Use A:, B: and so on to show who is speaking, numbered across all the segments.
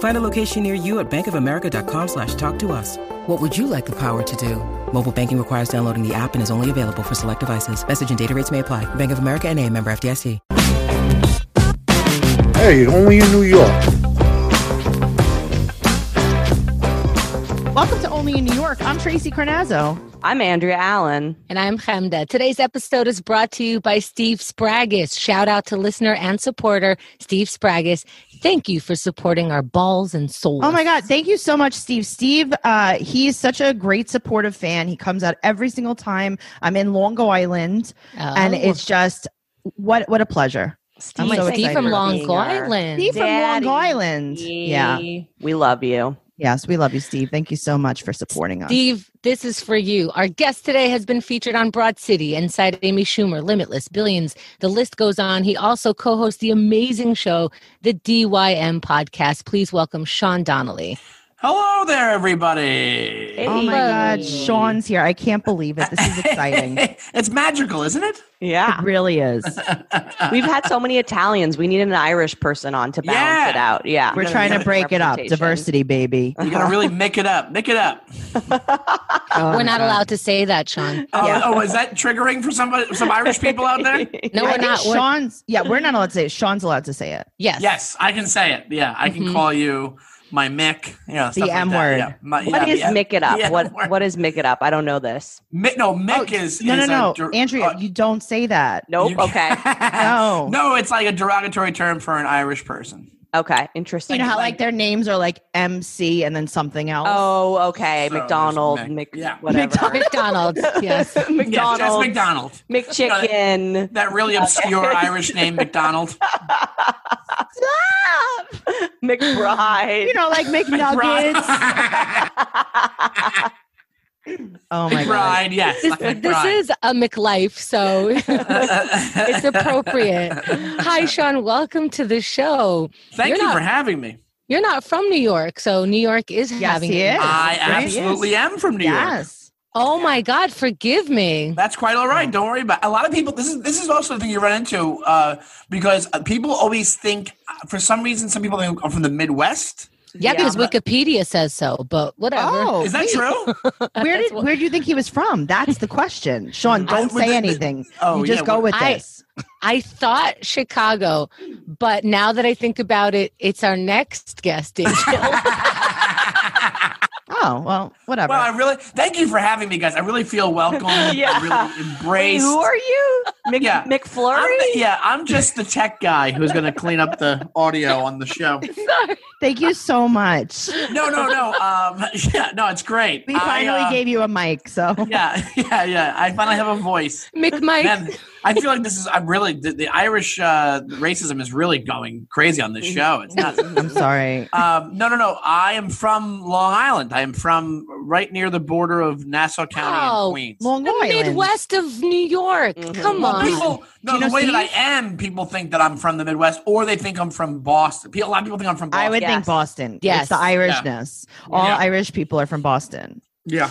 A: Find a location near you at bankofamerica.com slash talk to us. What would you like the power to do? Mobile banking requires downloading the app and is only available for select devices. Message and data rates may apply. Bank of America and a member FDIC.
B: Hey, only in New York.
C: Welcome to Only in New York. I'm Tracy Carnazzo.
D: I'm Andrea Allen.
E: And I'm Hamda. Today's episode is brought to you by Steve Spragus. Shout out to listener and supporter Steve Spragus. Thank you for supporting our balls and souls.
C: Oh my God. Thank you so much, Steve. Steve, uh, he's such a great supportive fan. He comes out every single time I'm in Longo Island,
E: Oh.
C: and it's just what what a pleasure.
E: I'm
C: I'm
E: like,
C: so
E: Steve
C: excited
E: from
C: for
E: Long
D: being our-
E: Island.
C: Steve
D: Daddy.
C: from Long Island. Yeah.
D: We love you.
C: Yes, we love you, Steve. Thank you so much for supporting us.
E: Steve, this is for you. Our guest today has been featured on Broad City, Inside Amy Schumer, Limitless, Billions. The list goes on. He also co hosts the amazing show, the DYM podcast. Please welcome Sean Donnelly.
F: Hello there, everybody.
D: Hey.
C: Oh my God,
E: Hey.
C: Sean's here. I can't believe it. This is exciting. it
F: it's magical, isn't it?
D: Yeah.
C: really is.
D: We've had so many Italians. We need an Irish person on to balance
F: Yeah.
D: it out. Yeah.
C: We're trying to break it up.
D: Representation.
C: Diversity, baby.
F: you gotta really make it up. Make it up.
C: Oh,
E: We're not allowed to say that, Sean.
F: Oh, oh, is that triggering for somebody, some Irish people out there?
C: I
E: No, we're
C: think
E: not. We're-
C: Sean's yeah, we're not allowed to say it. Sean's allowed to say it.
E: yes.
F: Yes, I can say it. Yeah, I can
E: Mhm.
F: call you my Mick. You know, stuff like that.
C: M word.
F: Yeah. My-
D: What
F: yeah,
D: is
F: the-
D: Mick It Up?
F: the M
D: what
F: word.
D: What is Mick It Up? I don't know this.
F: Mick, no, Mick
C: Oh,
F: is
C: No, no,
F: is a
C: no.
F: der-
C: Andrea,
F: uh,
C: you don't say that.
D: Nope.
F: you-
D: okay.
C: No.
F: no, it's like a derogatory term for an Irish person.
D: Okay. Interesting.
C: You know how like their names are like MC and then something else.
D: oh, okay.
F: So there's
D: McDonald.
F: Mick.
D: Mick.
F: Yeah.
D: Whatever.
E: McDonald's. Yes.
F: Yeah, just
D: McDonald.
F: McDonald.
D: McChicken.
F: That really obscure Irish name, McDonald.
D: McBride.
C: Ah! You know, like McNuggets.
F: McBride.
C: oh my god.
F: McBride, yes.
E: This,
F: like
E: this
F: McBride.
E: is a McLife, so it's appropriate. Hi, Sean. Welcome to the show.
F: Thank
E: You're
F: you
E: not-
F: for having me.
E: You're not from New York, so New York is
C: Yes,
E: having.
C: he
E: it.
C: is.
F: I
C: Right?
F: absolutely am from New York.
C: Yes.
E: Oh my God! Forgive me.
F: That's quite all right. Don't worry about. A lot of people. This is this is also the thing you run into uh, because uh, people always think uh, for some reason some people think I'm from the Midwest.
E: Yeah,
D: Yeah.
E: because Wikipedia says so, but whatever.
C: Oh,
F: Is that
C: wait,
F: true?
C: Where
E: That's
C: did
E: what-
C: where do you think he was from? That's the question. Sean,
F: I-
C: don't
F: with
C: say
F: the-
C: anything.
F: oh,
C: you just
F: yeah,
C: go
F: with-
C: with
E: I-
C: this.
E: I thought Chicago, but now that I think about it, it's our next guest. Angel.
C: Oh, well, whatever.
F: well, I really thank you for having me, guys. I really feel welcome.
D: Yeah.
F: I really
D: Wait,
F: embraced.
D: who are you? Mick,
F: Yeah.
D: McFlurry?
F: I'm the- yeah, I'm just the tech guy who's going to clean up the audio on the show.
C: Thank you so much.
F: No, no, no. Um, yeah, no, it's great.
C: We
F: I,
C: finally
F: uh,
C: gave you a mic, so
F: Yeah, yeah, yeah. I finally have a voice.
E: McMike.
F: Man, I feel like this is. I'm really the, the Irish uh, racism is really going crazy on this show. It's nuts.
C: I'm sorry.
F: Um, no, no, no. I am from Long Island. I am from right near the border of Nassau County
E: Oh,
F: and Queens.
C: Long
E: The
C: Island.
E: Midwest of New York.
D: Mhm.
E: Come
F: Mm-hmm. Well,
E: on.
F: people,
C: Do
F: no,
C: you
F: the
C: know
F: way that
C: Steve?
F: I am, people think that I'm from the Midwest, or they think I'm from Boston. People, a lot of people think I'm from Boston.
C: I would think
D: Yes.
C: Boston.
E: Yes.
C: It's the Irishness. All
F: Yeah.
C: Irish people are from Boston.
F: yeah.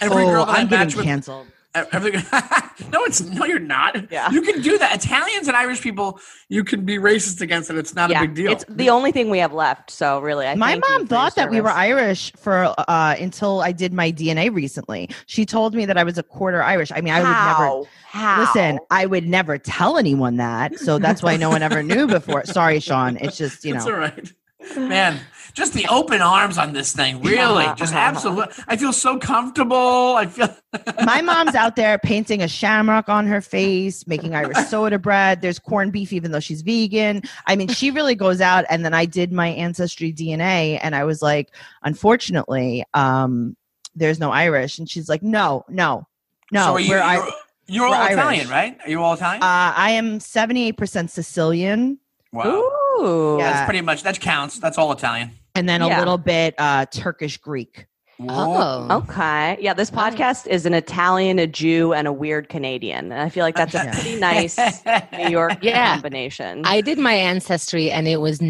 F: Every
C: oh,
F: girl that i
C: I'm
F: match
C: getting
F: with, e,
C: canceled.
F: every, no, it's no, you're not.
D: Yeah.
F: You can do that. Italians and Irish people, you can be racist against it. It's not a big deal.
D: It's the only thing we have left. So really, I
C: My
D: thank you
C: mom
D: for
C: thought
D: your
C: that we were
D: service.
C: Irish for uh, until I did my DNA recently. She told me that I was a quarter Irish. I mean, I would never.
D: How? How?
C: Listen, I would never tell anyone that. So that's why no one ever knew before. Sorry, Sean. It's just, you
F: It's
C: know,
F: all right. Man, just the open arms on this thing. Really, just absolute. I feel so comfortable. I feel.
C: My mom's out there painting a shamrock on her face, making Irish soda bread. There's corned beef, even though she's vegan. I mean, she really goes out. And then I did my ancestry DNA, and I was like, unfortunately, um, there's no Irish. And she's like, no, no, no.
F: so are you,
C: we're
F: you're,
C: I-
F: you're all
C: we're Irish.
F: Italian, right? Are you all Italian?
C: uh, I am 78% Sicilian.
F: wow,
D: Ooh.
C: Yeah.
F: that's pretty much that counts. That's all Italian.
C: and then a
D: Yeah.
C: little bit uh, Turkish Greek.
E: Oh.
D: Okay. Yeah, this podcast is an Italian, a Jew, and a weird Canadian. And I feel like that's a
C: Yeah.
D: pretty nice New York
E: Yeah.
D: combination.
E: I did my ancestry and it was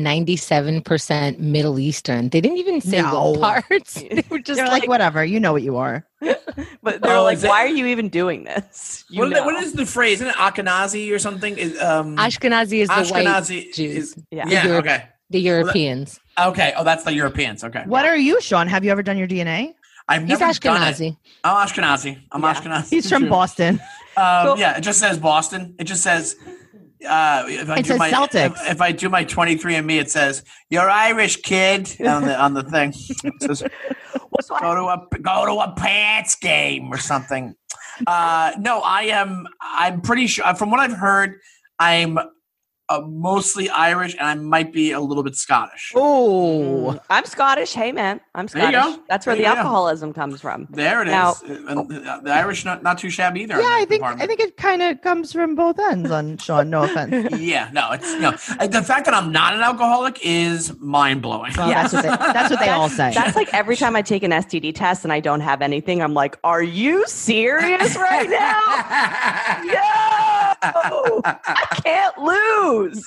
E: 97% Middle Eastern. They didn't even say
C: No.
E: what parts. They were just
C: They're like,
E: like,
C: whatever, you know what you are.
D: but they're
F: Oh,
D: like,
F: is it-
D: why are you even doing this? You
F: What, is-
D: know.
F: what is the phrase? Isn't it Akhenazi or something? Is, um,
E: Ashkenazi is the white
F: Ashkenazi
E: Jews,
F: is-
D: yeah.
F: yeah.
E: Europe-
F: Okay.
E: the Europeans.
F: Okay. Oh, that's the Europeans. Okay.
C: What are you, Sean? Have you ever done your DNA?
F: I've
E: He's
F: never done it.
E: Ashkenazi.
F: I'm Ashkenazi. I'm
D: Yeah.
F: Ashkenazi.
C: He's from
F: Sure.
C: Boston.
F: Um,
D: So-
F: yeah, it just says Boston. It just says. Uh, if I
C: It
F: do
C: says
F: my
C: Celtics.
F: If, if I do my 23andMe, it says you're Irish kid on the on the thing. It says,
D: What's what?
F: go to a go to a Pats game or something. Uh, no, I am. I'm pretty sure. uh, From what I've heard, I'm uh, mostly Irish, and I might be a little bit Scottish.
C: Oh,
D: I'm Scottish. Hey, man. I'm
F: There you
D: Scottish.
F: go.
D: That's where
F: There
D: the
F: you go.
D: alcoholism comes from.
F: There it is.
D: Now-
F: And the the Irish not, not too shabby either.
C: yeah.
F: in that
C: I think I
F: department.
C: think it kind of comes from both ends on Sean. No offense.
F: Yeah, no, it's no. Uh, The fact that I'm not an alcoholic is mind blowing.
C: Well, that's what they, that's what they all say.
D: That's like every time I take an STD test and I don't have anything, I'm like, are you serious right now? No, I can't lose.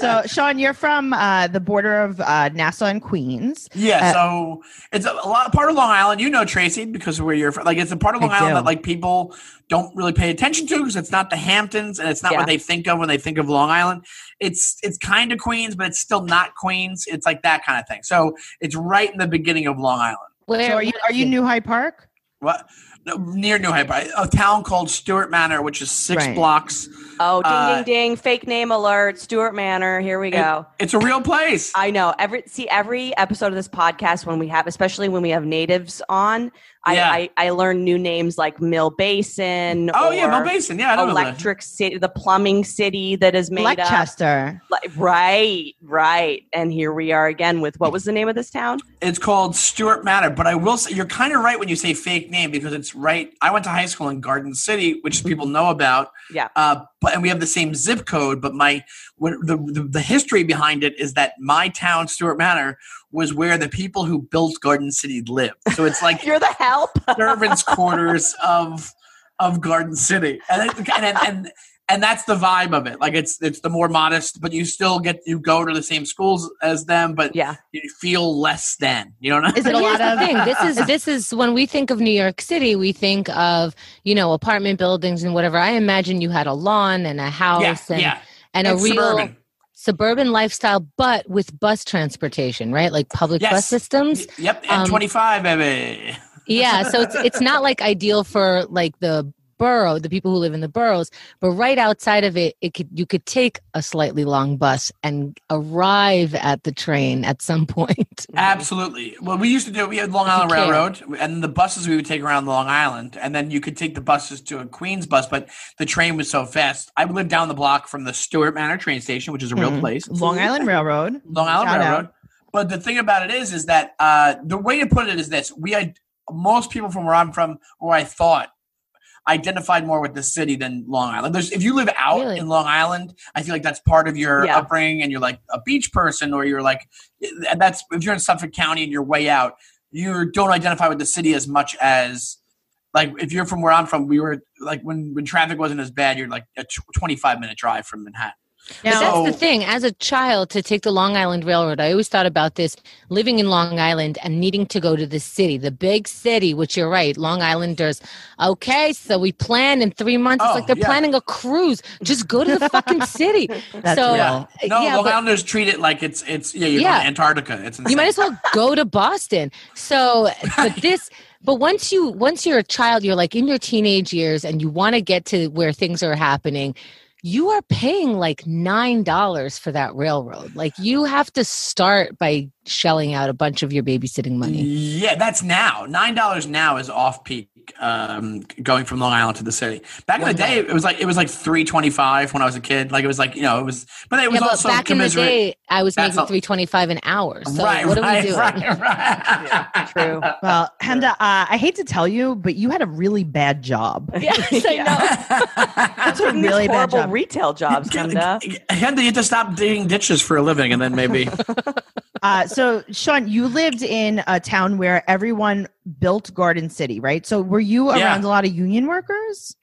C: so, Sean, you're from uh, the border of uh, Nassau and Queens.
F: yeah,
C: Uh,
F: so it's a, a lot part of Long Island. You know Tracy because where you're from. Like it's a part of
C: I
F: Long Island
C: do.
F: that like people don't really pay attention to because it's not the Hamptons and it's not
D: Yeah.
F: what they think of when they think of Long Island. It's it's kind of Queens, but it's still not Queens. It's like that kind of thing. So it's right in the beginning of Long Island.
E: Where
C: So are you are you New Hyde Park?
F: What no, near New Hampshire, a town called Stewart Manor, which is six
C: Right.
F: blocks.
D: Oh, ding,
F: Uh,
D: ding, ding. Fake name alert. Stuart Manor. Here we go.
F: It's a real place.
D: I know. Every see every episode of this podcast when we have, especially when we have natives on,
F: Yeah.
D: I, I I learn new names like Mill Basin.
F: oh yeah,
D: or
F: Mill Basin. Yeah, I don't know.
D: Electric City, the plumbing city that is made up.
C: Leicester.
D: Like, right, right. And here we are again with what was the name of this town?
F: that. It's called Stewart Manor, but I will say you're kind of right when you say fake name because it's right. I went to high school in Garden City, which people know about.
D: Yeah.
F: Uh, but and we have the same zip code, but my what, the, the the history behind it is that my town, Stewart Manor, was where the people who built Garden City lived. So it's like
D: You're the help.
F: servants' quarters of of Garden City, and it, and, and and and that's the vibe of it. Like it's it's the more modest, but you still get you go to the same schools as them, but
D: Yeah.
F: you feel less than. You know what I
C: Is it a
E: But
C: lot
E: here's
C: of?
E: the thing. This is this is when we think of New York City, we think of you know apartment buildings and whatever. I imagine you had a lawn and a house
F: Yeah,
E: and
F: yeah.
E: and a
F: It's
E: real
F: suburban.
E: suburban lifestyle, but with bus transportation, right? Like public bus
F: Yes.
E: systems.
F: Yep, and
E: Um,
F: 25, baby.
E: Yeah, so it's it's not like ideal for like the borough, the people who live in the boroughs, but right outside of it, it could you could take a slightly long bus and arrive at the train at some point.
F: Absolutely. Well, we used to do. We had Long
E: If you
F: Island
E: care.
F: Railroad, and the buses we would take around Long Island, and then you could take the buses to a Queens bus, but the train was so fast. I lived down the block from the Stewart Manor train station, which is a real
E: Mm-hmm.
C: Mhm.
F: place.
C: Long Island Railroad.
F: Long Island
C: Shout out.
F: Railroad. But the thing about it is, is that uh, the way to put it is this: we had most people from where I'm from, or I thought, identified more with the city than Long Island. There's, if you live out
E: Really?
F: in Long Island, I feel like that's part of your
D: Yeah.
F: upbringing, and you're like a beach person, or you're like, and that's if you're in Suffolk County and you're way out, you don't identify with the city as much as. Like if you're from where I'm from, we were like when when traffic wasn't as bad, you're like a tw- 25 minute drive from Manhattan.
E: But
C: Now,
F: So-
E: that's the thing. As a child, to take the Long Island Railroad, I always thought about this living in Long Island and needing to go to the city, the big city, which you're right, Long Islanders. Okay, so we plan in three months.
F: Oh,
E: it's like they're
F: yeah.
E: planning a cruise. Just go to the fucking city.
C: That's
E: so,
C: real.
F: No,
E: Uh, yeah,
F: Long
E: but-
F: Islanders treat it like it's it's yeah, you're
E: Yeah.
F: going to Antarctica. It's insane.
E: you might as well go to boston so but this but once you once you're a child you're like in your teenage years and you want to get to where things are happening you are paying like nine dollars for that railroad. Like you have to start by shelling out a bunch of your babysitting money.
F: Yeah, that's now. Nine dollars now is off peak. Um, going from Long Island to the city. Back in the day, it was like it was like three twenty five when I was a kid. Like it was like you know it was, but it was
E: Yeah, but
F: also
E: back in the
F: commiserate-
E: day, I was
F: That's
E: making
F: a-
E: three twenty-five an hour. So
F: right,
E: what are
F: right,
E: we doing?
F: Right, right.
D: True.
C: Well, Hemda, uh, I hate to tell you, but you had a really bad job.
E: Yes, I know.
D: That's what
C: really
D: these
C: bad
D: horrible
C: job.
D: retail jobs, Kenda.
F: Henda, you have to stop digging ditches for a living, and then maybe
C: Uh, so, Sean, you lived in a town where everyone built Garden City, right? So, were you
F: Yeah.
C: around a lot of union workers?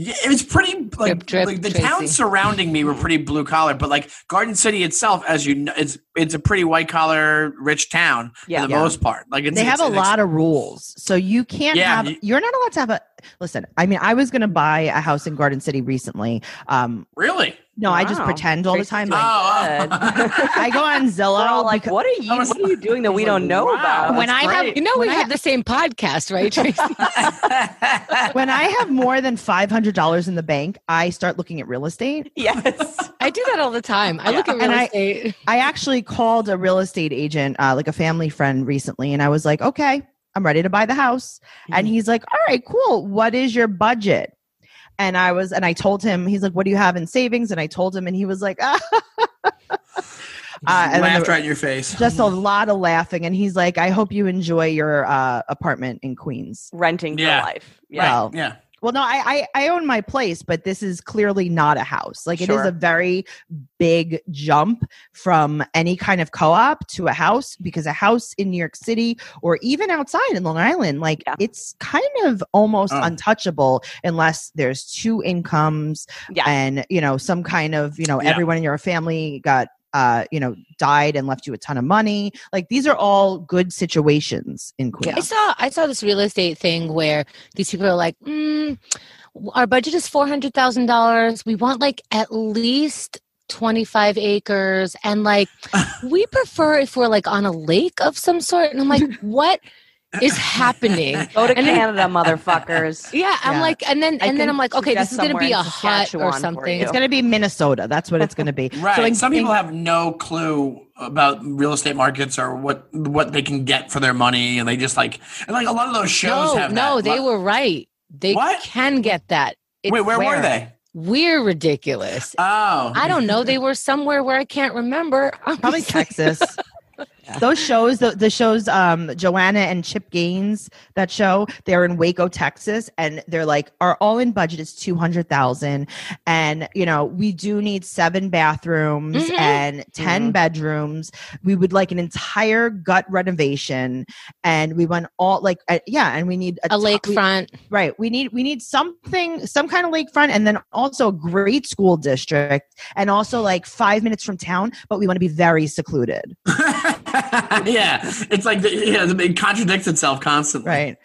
F: yeah, it was pretty like,
E: Drip, drip,
F: like the
E: Tracy.
F: towns surrounding me were pretty blue collar, but like Garden City itself, as you know, it's it's a pretty white collar rich town
D: Yeah.
F: for the
D: Yeah.
F: most part. Like it's,
C: They have
F: it's-
C: a
F: it's-
C: lot of rules. So, you can't
F: Yeah,
C: have,
F: you-
C: you're not allowed to have a, listen, I mean, I was going to buy a house in Garden City recently. Um,
F: Really?
C: no, I just
D: Wow.
C: pretend all the time. Like,
F: Oh, oh.
C: I go on Zillow.
D: We're all like,
C: because-
D: what are you?
F: I was-
D: What are you doing that we
F: I was
D: don't know
F: like, wow.
D: about?
E: when I have,
F: great.
E: you know, we have the same podcast, right? Tracy?
C: when I have more than $500 in the bank, I start looking at real estate.
D: yes,
E: I do that all the time. I look at real
C: And I-
E: estate.
C: I actually called a real estate agent, uh, like a family friend recently, and I was like, okay, I'm ready to buy the house. And he's like, all right, cool. What is your budget? And I was, and I told him, he's like, what do you have in savings? And I told him, and he was like, ah. Uh, and then
F: laughed
C: there-
F: right in your face.
C: just a lot of laughing. And he's like, I hope you enjoy your uh, apartment in Queens.
D: renting
F: Yeah.
D: for life. Yeah,
C: Well,
F: Yeah.
C: well, no, I, I I own my place, but this is clearly not a house. Like it
D: Sure.
C: is a very big jump from any kind of co-op to a house because a house in New York City or even outside in Long Island, like
D: Yeah.
C: it's kind of almost
F: Oh.
C: untouchable unless there's two incomes
D: Yeah.
C: and you know some kind of you know
F: Yeah.
C: everyone in your family got uh you know died and left you a ton of money. Like these are all good situations in Queens.
E: I saw I saw this real estate thing where these people are like, mm, our budget is four hundred thousand dollars. We want like at least twenty five acres, and like we prefer if we're like on a lake of some sort. And I'm like, what is happening?
D: go to
E: and then-
D: Canada, motherfuckers.
E: Yeah, I'm
C: Yeah.
E: like, and then
D: I
E: and then
D: can
E: I'm like, okay, this
D: suggest
E: is going to
D: somewhere
E: be
D: in
E: a hut
D: Saskatchewan
E: or
D: for
E: something.
D: you.
C: It's going to be Minnesota. That's what it's going to be.
F: Right.
C: in-
F: Some people
C: in-
F: have no clue about real estate markets or what what they can get for their money, and they just like and like a lot of those shows
E: no,
F: have.
E: no,
F: that.
E: they
F: Lo-
E: were right. They
F: What?
E: can get that. It's
F: Wait, where, were they?
E: We're ridiculous.
F: Oh,
E: I don't know. They were somewhere where I can't remember. I'm
C: probably
E: just like-
C: Texas. Those shows, the, the shows, um, Joanna and Chip Gaines, that show, they're in Waco, Texas, and they're like, our all in budget is 200,000. And, you know, we do need seven bathrooms
E: Mhm.
C: and 10 bedrooms. We would like an entire gut renovation. And we want all, like, uh, yeah, and we need
E: a
C: ton- we-
E: lakefront.
C: Right. We need we need something, some kind of lakefront, and then also a great school district, and also like five minutes from town. But we want to be very secluded.
F: yeah, it's like the, yeah, it contradicts itself constantly.
C: Right.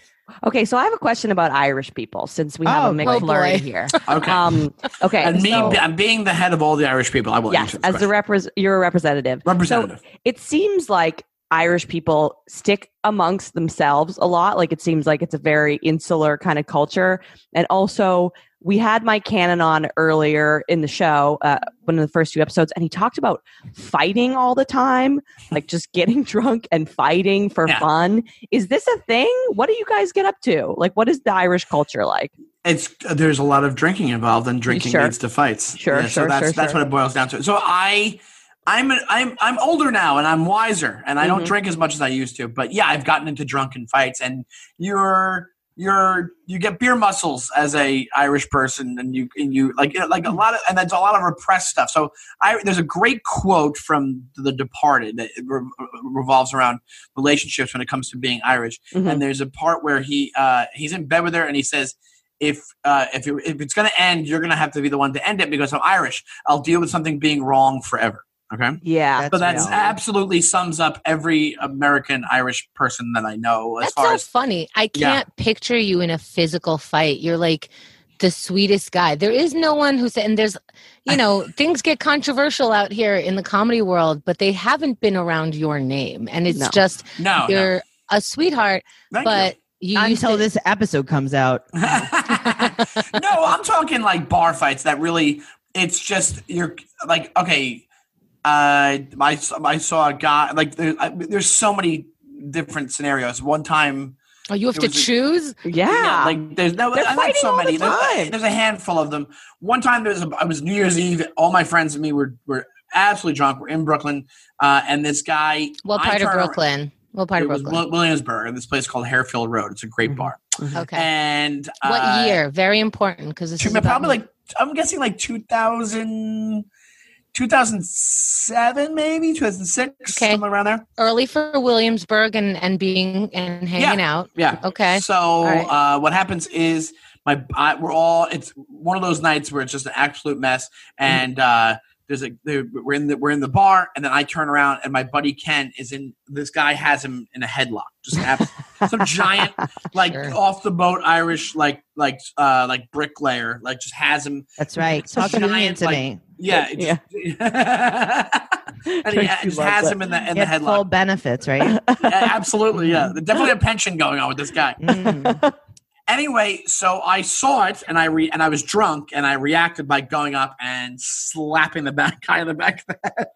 D: Okay, so I have a question about Irish people since we have
C: Oh,
D: a
C: boy.
D: McFlurry here.
F: Okay.
D: Um, okay,
F: and me,
D: so-
F: I'm being the head of all the Irish people. I will
D: yes,
F: answer this
D: as the
F: question.
D: repres you're a representative.
F: representative.
D: It seems like Irish people stick amongst themselves a lot. Like it seems like it's a very insular kind of culture. And also, we had Mike Cannon on earlier in the show, uh, one of the first two episodes, and he talked about fighting all the time, like just getting drunk and fighting for
F: Yeah.
D: fun. Is this a thing? What do you guys get up to? Like, what is the Irish culture like?
F: it's there's a lot of drinking involved, and drinking
D: Sure.
F: leads to fights.
D: Sure,
F: so
D: sure,
F: that's
D: sure,
F: that's
D: sure.
F: what it boils down to. So I, I'm I'm I'm older now, and I'm wiser, and I don't
D: Mhm.
F: drink as much as I used to. But yeah, I've gotten into drunken fights, and you're you're you get beer muscles as a Irish person, and you and you like you know, like a lot of and that's a lot of repressed stuff. So I there's a great quote from The Departed that re- revolves around relationships when it comes to being Irish
D: Mhm.
E: Mm-hmm.
F: and there's a part where he uh, he's in bed with her and he says if uh, if, it, if it's going to end you're going to have to be the one to end it because i'm irish i'll deal with something being wrong forever okay
D: Yeah.
F: so that's
C: real.
F: absolutely sums up every american irish person that i know as
E: That's
F: far
E: so
F: as
E: funny. I
F: Yeah.
E: can't picture you in a physical fight. You're like the sweetest guy. There is no one who said, and there's, you know, things get controversial out here in the comedy world, but they haven't been around your name, and it's
D: No.
E: just
F: no, no.
E: you're a sweetheart,
F: Thank
E: but.
F: you.
E: You used
C: Until
E: to-
C: this episode comes out,
F: no i'm talking like bar fights that really it's just you're like okay uh i, I saw a guy like there, I, there's so many different scenarios one time
E: Oh, you have
F: It
E: to
F: was a-
E: choose?
D: Yeah.
F: yeah, like there's no
D: They're
F: there's
D: fighting
F: so
D: all the
F: many
D: time.
F: There's, there's a handful of them one time there's a it was new year's eve all my friends and me were were absolutely drunk we're in brooklyn uh and this guy
E: What
F: I
E: part of
F: turn around-
E: Brooklyn? What part
F: it
E: of
F: was
E: Brooklyn? Mm-hmm.
F: Wil- williamsburg at this place called harefield road it's a great bar
E: Okay.
F: and
E: what
F: uh,
E: year? Very important because this
F: Two-
E: is about
F: probably
E: me.
F: like I'm guessing like 2000, 2007 maybe 2006
E: Okay.
F: somewhere around there.
E: early for Williamsburg and and being and hanging out.
F: Yeah.
E: Okay.
F: So
E: right.
F: uh, what happens is my I, we're all it's one of those nights where it's just an absolute mess,
E: Mm-hmm.
F: and uh, there's a there, we're in the we're in the bar, and then I turn around and my buddy Ken is in this guy has him in a headlock, just an abs- some giant like
E: Sure.
F: off the boat Irish like like uh, like bricklayer like just has him
C: That's right.
F: It's a
C: Talk Union
F: giant,
C: to
F: like,
C: me.
F: Yeah. It just, and he ha-
D: She
F: just
D: loves
F: has
D: that.
F: him in the in
C: Get
F: the headlock.
C: full benefits, right?
F: Yeah, absolutely, yeah.
E: Mm-hmm.
F: There's Definitely a pension going on with this guy.
C: Mm.
F: Anyway, so I saw it and I re- and I was drunk and I reacted by going up and slapping the back guy in the back of the head.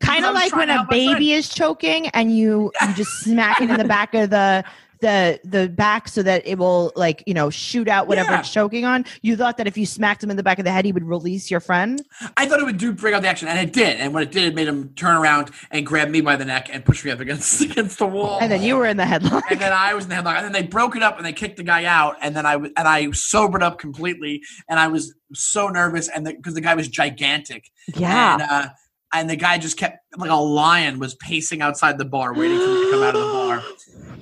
C: kind
F: I
C: of
F: was
C: like
F: trying
C: when
F: to
C: a
F: help my friend.
C: baby is choking and you you just smack it in the back of the the the back so that it will like you know shoot out whatever
F: Yeah.
C: it's choking on you thought that if you smacked him in the back of the head he would release your friend
F: I thought it would do bring out the action, and it did. And when it did, it made him turn around and grab me by the neck and push me up against against the wall.
C: and then you were in the
F: and
C: headlock
F: then I was in the headlock, and then they broke it up and they kicked the guy out, and then I w- and I sobered up completely, and I was so nervous, and because the guy was gigantic,
D: yeah.
F: And, uh, and the guy just kept like a lion was pacing outside the bar waiting for me to come out of the bar.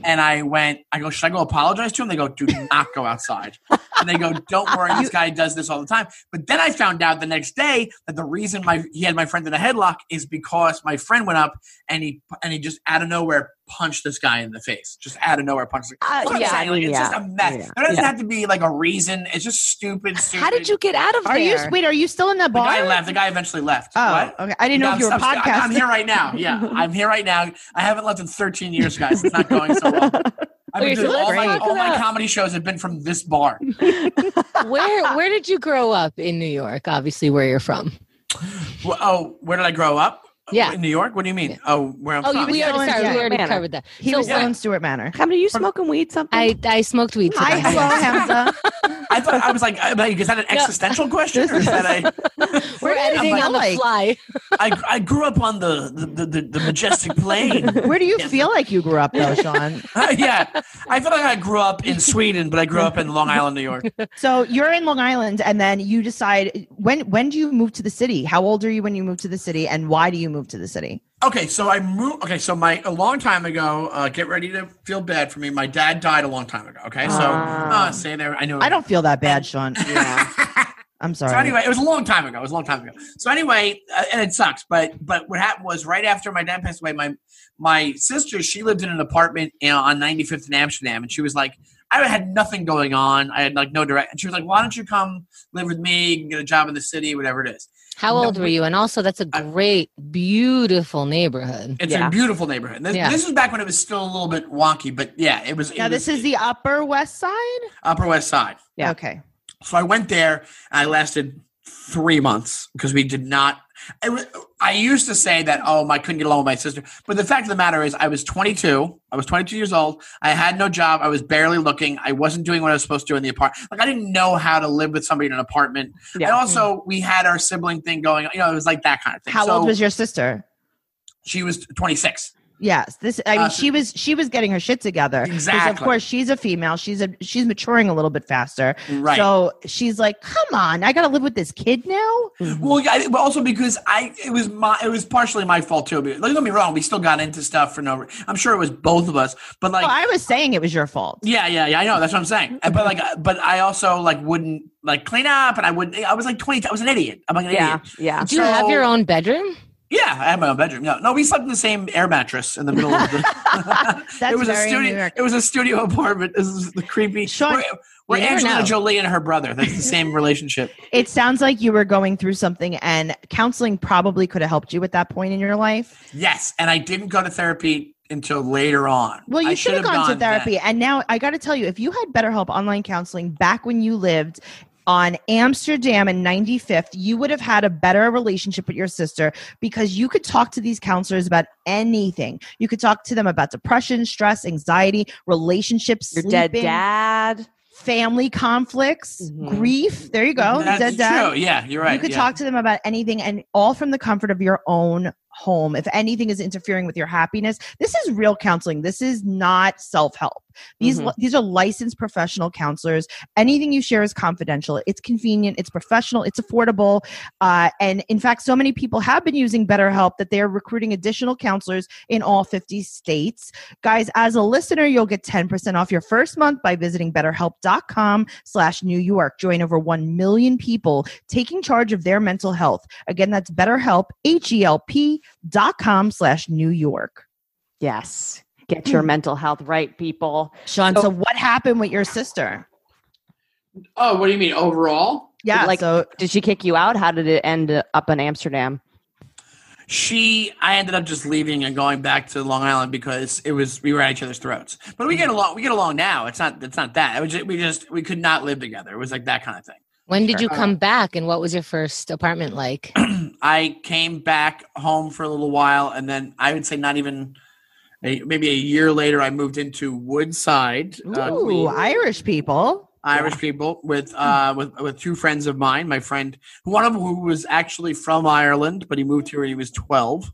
F: And I went, I go, should I go apologize to him? They go, do not go outside. And they go, don't worry, this guy does this all the time. But then I found out the next day that the reason my he had my friend in a headlock is because my friend went up and he and he just out of nowhere punched this guy in the face. Just out of nowhere punched. the-
D: Uh,
F: That's what I'm
D: yeah,
F: saying, like, it's
D: yeah,
F: just a mess.
D: yeah,
F: There doesn't
D: yeah.
F: have to be like a reason. It's just stupid. stupid.
E: How did you get out of
C: are you
E: there?
C: wait are you still in that
F: The
C: bar
F: guy left. The guy eventually left.
C: oh
F: What?
C: okay i didn't know if you were
F: I'm, I'm- I'm
C: podcasting
F: here right now. Yeah, I'm here right now. I haven't left in 13 years, guys. It's not going so well. I've
E: Wait,
F: been
E: so
F: doing all,
E: let's
F: my,
E: talk
F: all my
E: about-
F: comedy shows have been from this bar.
E: where where did you grow up in New York? Obviously, where you're from.
F: Well, oh, where did I grow up?
E: Yeah.
F: in New York. What do you mean? Oh, where I'm
E: Oh, you,
F: from.
E: we
C: still
E: already
C: in-
E: sorry,
C: yeah.
E: we already
D: Atlanta.
E: covered that.
C: he
E: so
C: was still
F: Yeah.
C: in stuart manor
D: Come, are you smoking weed something?
E: I I smoked weed.
C: hi
E: Today.
C: hello hamza
F: I thought I was like, I- like, is that an existential question? Or is that a,
E: We're editing
C: I'm
E: on the
C: like-
E: fly.
F: I, I grew up on the the, the, the majestic plain.
C: where do you feel like you grew up though sean
F: yeah, I feel like I grew up in Sweden, but I grew up in Long Island, New York.
C: so you're in long island and then you decide when when do you move to the city how old are you when you move to the city and why do you move to the city
F: Okay, so I moved. Okay, so my a long time ago. Uh, get ready to feel bad for me. My dad died a long time ago. Okay, so
D: Ah.
F: uh, say there. I know.
C: I don't feel that bad, Sean. I'm sorry.
F: so anyway, it was a long time ago. It was a long time ago. So anyway, uh, and it sucks. But but what happened was right after my dad passed away, my my sister she lived in an apartment you know, on 95th in Amsterdam, and she was like, I had nothing going on. I had like no direct. And she was like, Why don't you come live with me? You can get a job in the city, whatever it is.
E: How old were you? And also, that's a
F: I-
E: great, beautiful neighborhood.
F: It's
D: Yeah.
F: a beautiful neighborhood. This,
E: Yeah.
F: this is back when it was still a little bit wonky, but yeah, it was. it
C: now this
F: was
C: is the Upper West Side.
F: Upper West Side.
D: Yeah.
C: Okay.
F: So I went there and I lasted three months because we did not. I, wa- I used to say that, oh, I couldn't get along with my sister. But the fact of the matter is, I was 22. I was 22 years old. I had no job. I was barely looking. I wasn't doing what I was supposed to do in the apartment. Like, I didn't know how to live with somebody in an apartment.
D: Yeah.
F: And also, we had our sibling thing going on. You know, it was like that kind of thing.
C: How
F: So
C: old was your sister?
F: she? was 26.
C: Yes. This. I mean,
F: Uh,
C: she was. She was getting her shit together. 'Cause Of
F: Exactly.
C: course, she's a female. She's a. She's maturing a little bit faster.
F: Right.
C: So she's like, "Come on, I got to live with this kid now."
F: Well, yeah, I- but also because I it was my it was partially my fault too. Like, don't get me wrong, we still got into stuff for no. re- I'm sure it was both of us, but like
C: Well, I was saying it was your fault.
F: Yeah, yeah, yeah. I know. That's what I'm saying. And- But like, uh, but I also like wouldn't like clean up, and I wouldn't. I was like 20. I was an idiot. I'm like an
D: yeah.
F: idiot.
D: Yeah.
E: Do you have
F: So-
E: your own bedroom?
F: Yeah, I had my own bedroom. No, no, we slept in the same air mattress in the middle of the.
C: That's
F: it was
C: very
F: a
C: New
F: studio.
C: York.
F: It was a studio apartment. This is the creepy.
C: Sean,
F: we're we're
E: you never
F: Angelina
E: know.
F: Jolie and her brother. That's the same relationship.
C: It sounds like you were going through something, and counseling probably could have helped you at that point in your life.
F: Yes, and I didn't go to therapy until later on.
C: Well,
F: I
C: you should have gone to
F: then.
C: therapy. And now I got to tell you, if you had BetterHelp online counseling back when you lived on Amsterdam and 95th, you would have had a better relationship with your sister because you could talk to these counselors about anything. You could talk to them about depression, stress, anxiety, relationships,
D: Your dead
C: sleeping,
D: dad.
C: family conflicts,
D: Mhm.
C: grief. There you go.
F: That's
C: dead dad.
F: true. Yeah, you're right.
C: You could
F: yeah.
C: talk to them about anything and all from the comfort of your own home. If anything is interfering with your happiness, this is real counseling. This is not self-help. These
D: Mhm.
C: these are licensed professional counselors. Anything you share is confidential. It's convenient, it's professional, it's affordable. Uh, and in fact, so many people have been using BetterHelp that they're recruiting additional counselors in all 50 states. Guys, as a listener, you'll get 10% off your first month by visiting betterhelp.com slash New York. Join over 1 million people taking charge of their mental health. Again, that's BetterHelp, H-E-L-P dot com slash New York.
D: Yes. Get
F: Hmm.
D: your mental health right, people.
C: Sean,
D: So-
C: so what happened with your sister?
F: Oh, what do you mean overall?
C: Yeah,
D: Like-
C: so
D: Did she kick you out? How did it end up in Amsterdam?
F: She, I ended up just leaving and going back to Long Island because it was we were at each other's throats. But we get along. We get along now. It's not. It's not that. It was just, we just we could not live together. It was like that kind of thing.
E: When did
F: Sure.
E: you come back and what was your first apartment like?
F: I came back home for a little while, and then I would say not even a, maybe a year later, I moved into Woodside, uh,
C: Ooh,
F: Queens,
C: Irish people.
F: Irish people, with uh, with with two friends of mine. My friend, one of who was actually from Ireland, but he moved here when he was twelve,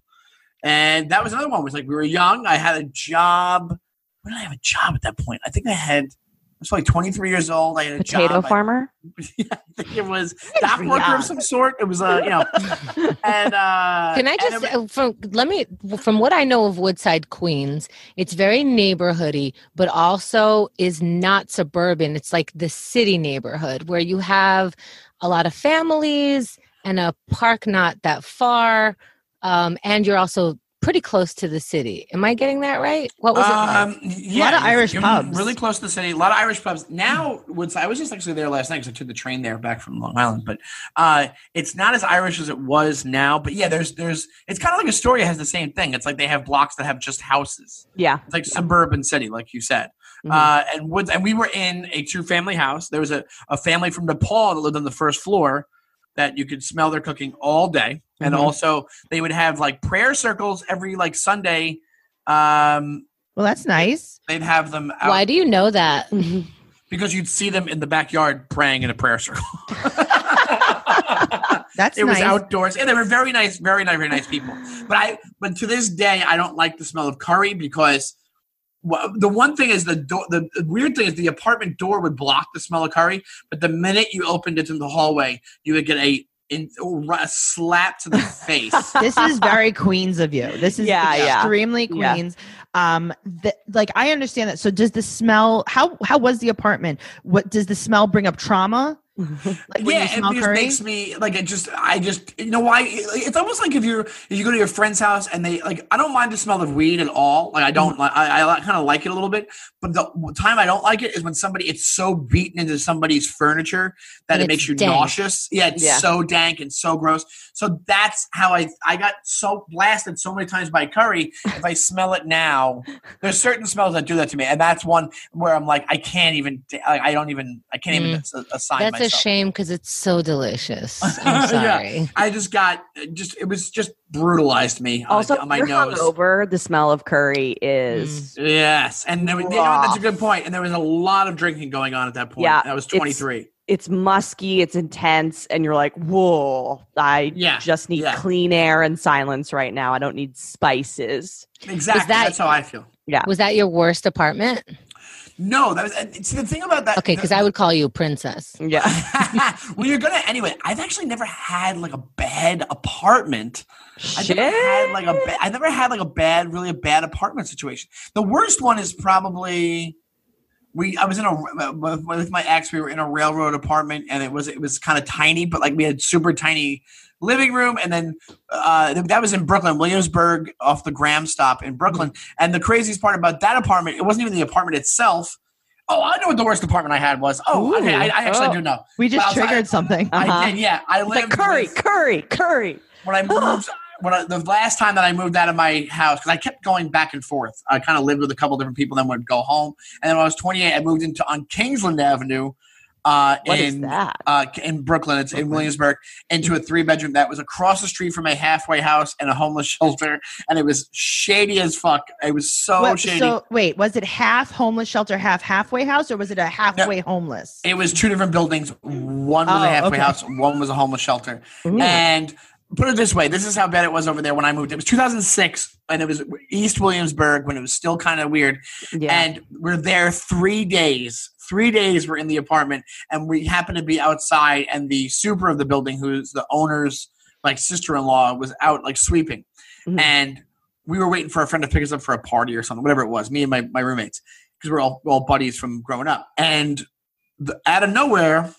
F: and that was another one. Was like we were young. I had a job. When did I have a job at that point? I think I had. I was like 23 years old. I had a
D: Potato
F: job. I-
D: farmer?
F: I think it was dock worker of some sort. It was, uh, you know, and uh,
E: Can I
F: and it
E: just
F: was-
E: uh, from let me from what I know of Woodside, Queens, it's very neighborhoody, but also is not suburban. It's like the city neighborhood where you have a lot of families and a park not that far, um, and you're also pretty close to the city. Am I getting that right? What was it? Like?
F: Um, yeah,
C: of
F: you're-
C: Irish
F: you're
C: pubs.
F: Really close to the city. A lot of Irish pubs. Now, what's, I was just actually there last night because I took the train there back from Long Island. But uh, it's not as Irish as it was now. But yeah, there's there's it's kind of like Astoria has the same thing. It's like they have blocks that have just houses.
D: Yeah.
F: It's like suburban city, like you said.
D: Mhm.
F: Uh, and woods, and we were in a two family house. There was a, a family from Nepal that lived on the first floor that you could smell their cooking all day. And
D: Mhm.
F: also, they would have like prayer circles every like Sunday. Um,
C: Well, that's nice.
F: they'd have them out
E: Why do you know that?
F: because you'd see them in the backyard praying in a prayer circle.
C: That's
F: it was
C: nice.
F: outdoors, and they were very nice, very nice, very nice people. But I, but to this day, I don't like the smell of curry because wha- the one thing is the door. The the weird thing is the apartment door would block the smell of curry, but the minute you opened it in the hallway, you would get a, in, a slap to the face.
C: this is very Queens of you. This is
D: Yeah, yeah.
C: extremely
D: Yeah.
C: Queens. Um, th- like I understand that. So does the smell? How how was the apartment? What does the smell bring up trauma? Like when you
F: yeah,
C: smell
F: it just
C: curry?
F: makes me like it. Just I just you know why it's almost like if you're if you go to your friend's house and they like I don't mind the smell of weed at all. Like I don't like I, I kind of like it a little bit, but the time I don't like it is when somebody it's so beaten into somebody's furniture
E: And
F: that it
E: it's
F: makes you
E: dank.
F: nauseous. Yeah, it's
D: Yeah.
F: so dank and so gross. So that's how I I got so blasted so many times by curry. If I smell it now, there's certain smells that do that to me, and that's one where I'm like I can't even I, I don't even I can't even as- assign
E: That's
F: myself.
E: a shame because it's so delicious. I'm
F: Yeah.
E: sorry.
F: I just got just it was just brutalized me on,
D: also,
F: on my
D: you're
F: nose. Hmm.
D: hungover, the smell of curry is.
F: Yes, and there was, you know what, that's a good point. And there was a lot of drinking going on at that point.
D: Yeah,
F: I was
D: it's-
F: 23.
D: It's musky, it's intense, and you're like, whoa, I
F: Yeah,
D: just need
F: yeah.
D: clean air and silence right now. I don't need spices.
F: Exactly.
E: that-
F: that's how I feel.
E: Was that your worst apartment?
F: No, that was and see the thing about that.
E: Okay, because I would call you a princess.
D: Yeah.
F: well, you're gonna anyway. I've actually never had like a bad apartment. I
D: Shit.
F: never had like a ba- I never had like a bad, really a bad apartment situation. The worst one is probably we. I was in a uh, with with my ex. We were in a railroad apartment, and it was it was kind of tiny, but like we had super tiny living room, and then uh, th- that was in Brooklyn, Williamsburg, off the Graham stop in Brooklyn. And the craziest part about that apartment, it wasn't even the apartment itself. Oh, I know what the worst apartment I had was. Oh, okay, I, I actually
D: oh.
F: do know.
C: We just
F: Well, I-
C: triggered something.
D: Uh-huh.
F: I did, yeah. I
D: It's like
F: lived
D: curry,
F: with-
D: curry, curry.
F: when I moved, when I, the last time that I moved out of my house, because I kept going back and forth. I kind of lived with a couple different people, then would go home. And then when I was 28, I moved into on Kingsland Avenue. uh,
D: What is
F: in
D: that?
F: uh, in Brooklyn. It's in Williamsburg. Into a three bedroom that was across the street from a halfway house and a homeless shelter, and it was shady as fuck. It was so
C: What-
F: shady.
C: so wait, was it half homeless shelter, half halfway house, or was it a halfway homeless?
F: it was two different buildings. One was
C: Oh,
F: a halfway
C: okay.
F: house. One was a homeless shelter.
D: Mm-hmm.
F: And put it this way, this is how bad it was over there when I moved. It was 2006, and it was East Williamsburg when it was still kind of weird.
D: Yeah.
F: And we're there three days. Three days we're in the apartment, and we happened to be outside, and the super of the building, who's the owner's like sister-in-law, was out like sweeping,
D: Mhm.
F: and we were waiting for a friend to pick us up for a party or something, whatever it was. Me and my my roommates, because we're all we're all buddies from growing up, and the, out of nowhere,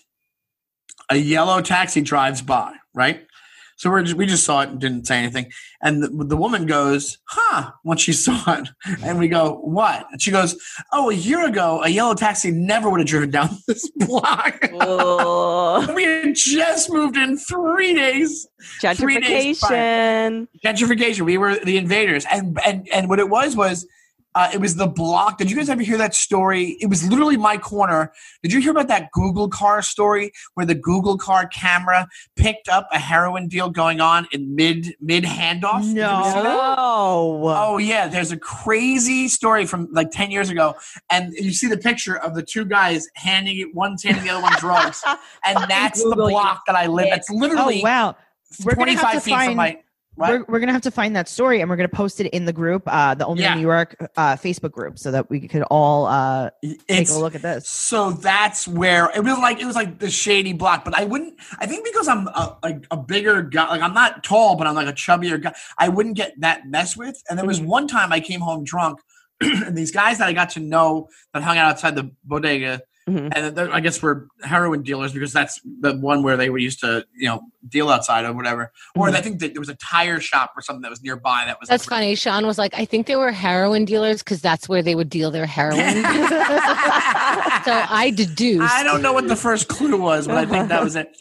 F: a yellow taxi drives by, right? So we're just, we just saw it and didn't say anything. And the, the woman goes, huh, when she saw it. And we go, what? And she goes, oh, a year ago, a yellow taxi never would have driven down this block.
D: Whoa.
F: we had just moved in three days. Three days
D: gentrification.
F: Gentrification. We were the invaders. And, and, and what it was was, uh, it was the block. Did you guys ever hear that story? It was literally my corner. Did you hear about that Google car story where the Google car camera picked up a heroin deal going on in mid mid handoff? Did you ever see that?
D: Oh.
F: Oh yeah, there's a crazy story from like ten years ago, and you see the picture of the two guys handing it one's handing the other one drugs, and that's
D: Google, you
F: the block that I live. That's
C: Oh
F: literally
C: wow, We're gonna have
F: 25
C: to
F: feet
C: find-
F: from my. What?
C: we're, we're gonna have to find that story, and we're gonna post it in the group, uh, the Only
F: Yeah.
C: New York uh, Facebook group, so that we could all uh, take
F: It's-
C: a look at this.
F: So that's where it was like it was like the shady block. But I wouldn't. I think because I'm a, like a bigger guy. Like I'm not tall, but I'm like a chubbier guy. I wouldn't get that mess with. And there was one time I came home drunk, and these guys that I got to know that hung out outside the bodega.
D: Mhm.
F: And they're- I guess we're heroin dealers because that's the one where they were used to, you know, deal outside or whatever. Or I think that there was a tire shop or something that was nearby that was.
E: That's funny. Sean was like, I think they were heroin dealers because that's where they would deal their heroin. so I deduced.
F: I don't know what the first clue was, but I think that was it.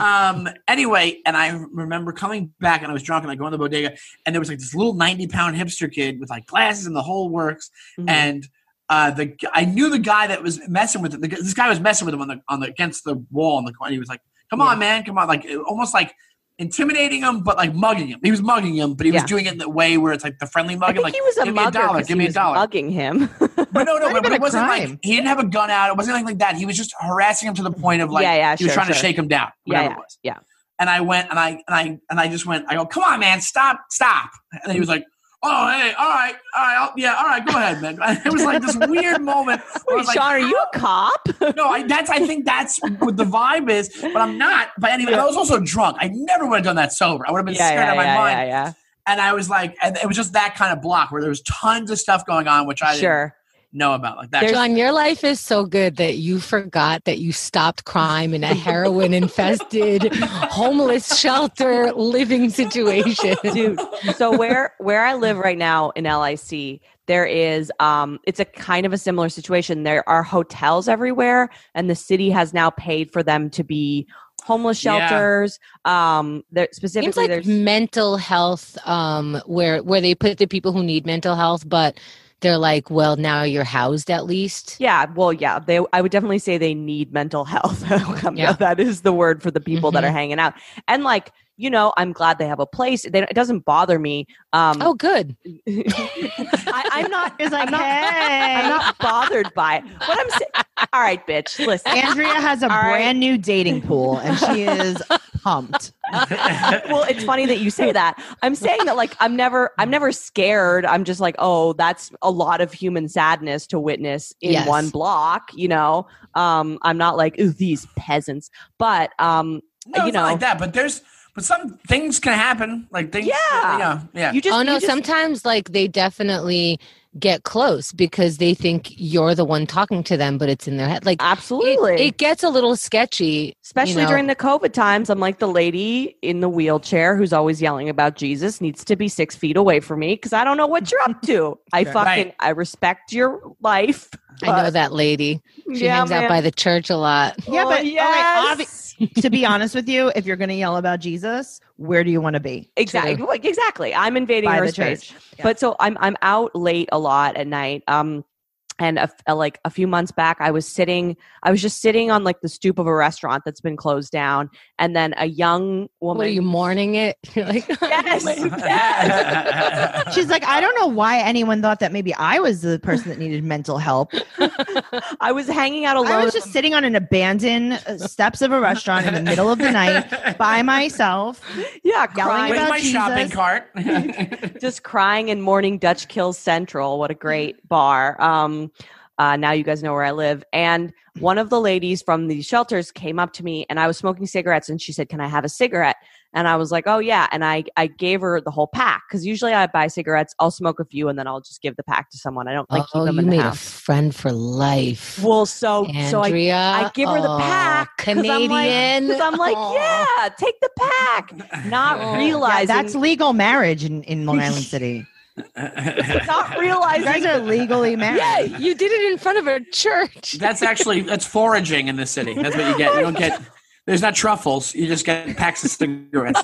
F: Um, anyway, and I remember coming back and I was drunk and I go in the bodega and there was like this little 90 pound hipster kid with like glasses and the whole works.
D: Mhm.
F: And uh, the g- I knew the guy that was messing with it. The, g- this guy was messing with him on the on the against the wall on the corner. He was like, "Come on, man, come on!" Like it- almost like intimidating him, but like mugging him. He was mugging him, but he
D: Yeah.
F: was doing it in the way where it's like the friendly
D: I
F: mugging.
D: think
F: like
D: he was a
F: give me a
D: mugger
F: dollar,
D: 'cause
F: give
D: he
F: me a
D: was
F: dollar.
D: mugging him.
F: But no,
C: Might
F: no,
C: have
F: but, but
C: been
F: it
C: a
F: wasn't
C: crime.
F: like he didn't have a gun out. It wasn't anything like that. He was just harassing him to the point of like
D: Yeah, yeah,
F: he was
D: sure,
F: trying
D: sure.
F: to shake him down.
D: Yeah,
F: Whatever it was.
D: yeah.
F: And I went and I and I and I just went. I go, come on, man, stop, stop. And he was like, oh, hey, all right, all right, I'll- yeah, all right, go ahead, man. It was like this weird moment. where I
D: Wait,
F: was like,
D: Sean, are you a cop?
F: no, I, that's I think that's what the vibe is, but I'm not. But anyway, I was also drunk. I never would have done that sober. I would have been scared out of my mind.
D: yeah, yeah.
F: And I was like, and it was just that kind of block where there was tons of stuff going on, which I didn't
D: Sure.
F: know about. Like that.
E: John, your life is so good that you forgot that you stopped crime in a heroin infested homeless shelter living situation.
D: dude so where where i live right now in lic there is um it's a kind of a similar situation there are hotels everywhere and the city has now paid for them to be homeless
F: Yeah.
D: shelters um there
E: Seems
D: specifically
E: like
D: there's
E: mental health, um, where where they put the people who need mental health, but they're like, well, now you're housed at least.
D: yeah well yeah they i would definitely say they need mental health Come-
E: Yeah. Mm-hmm.
D: that is the word for the people that are hanging out and like you know i'm glad they have a place they, it doesn't bother me um
E: Oh, good.
D: I, i'm not
C: It's like,
D: I'm not-
C: hey,
D: i'm not bothered by it what i'm saying all right bitch listen
C: Andrea has a
D: All right.
C: brand new dating pool, and she is pumped.
D: well, it's funny that you say that. I'm saying that like I'm never I'm never scared. I'm just like, oh, that's a lot of human sadness to witness in
E: Yes.
D: one block, you know. Um I'm not like "Ooh, these peasants. But um
F: No,
D: you
F: it's not
D: know.
F: like that. But there's, but some things can happen. Like things,
D: Yeah.
F: yeah, yeah.
D: you just
E: oh
D: you
E: no,
D: just-
E: sometimes like they definitely get close because they think you're the one talking to them, but it's in their head. Like
D: absolutely.
E: It, it gets a little sketchy,
D: Especially
E: know.
D: during the COVID times, I'm like the lady in the wheelchair who's always yelling about Jesus needs to be six feet away from me because I don't know what you're up to. I
C: Right.
D: fucking I respect your life.
E: I know
D: but-
E: that lady. She
D: Yeah,
E: hangs
D: man.
E: out by the church a lot.
C: Yeah, but
D: Oh,
C: all right,
D: yes.
C: obvi- to be honest with you, if you're going to yell about Jesus, where do you want to be?
D: Exactly.
E: True.
D: Like, Exactly. I'm invading
C: By
D: her
C: the
D: space.
C: church. Yeah.
D: But so I'm I'm out late a lot at night. Um and a f a like a few months back i was sitting i was just sitting on like the stoop of a restaurant that's been closed down and then a young woman
E: What are you mourning it? You're like,
D: yes, yes.
C: She's like, I don't know why anyone thought that maybe I was the person that needed mental help.
D: i was hanging out alone
C: I was just sitting on an abandoned uh, steps of a restaurant in the middle of the night by myself.
D: yeah
C: yelling
D: crying,
F: with
C: about
F: my shopping
C: Jesus.
F: cart.
D: just crying and mourning Dutch Kills Central. What a great bar. Um, uh, now you guys know where I live. And one of the ladies from the shelters came up to me and I was smoking cigarettes and she said, Can I have a cigarette? And I was like, Oh, yeah. And I, I gave her the whole pack because usually I buy cigarettes, I'll smoke a few and then I'll just give the pack to someone. I don't like keep
E: oh,
D: them
E: you
D: in the
E: made a
D: house.
E: friend for life.
D: well, so, so I
E: Andrea,
D: I give her the
E: oh,
D: pack 'cause I'm like-
E: Canadian.
D: because I'm like, yeah, take the pack. Not
E: Yeah,
C: Yeah,
D: realizing
C: that's legal marriage in, in Long Island City.
D: not
C: You guys
D: realizing
C: are legally married.
E: yeah, you did it in front of a church.
F: that's actually that's foraging in the city. That's what you get. You don't get. There's not truffles. You just get packs of cigarettes.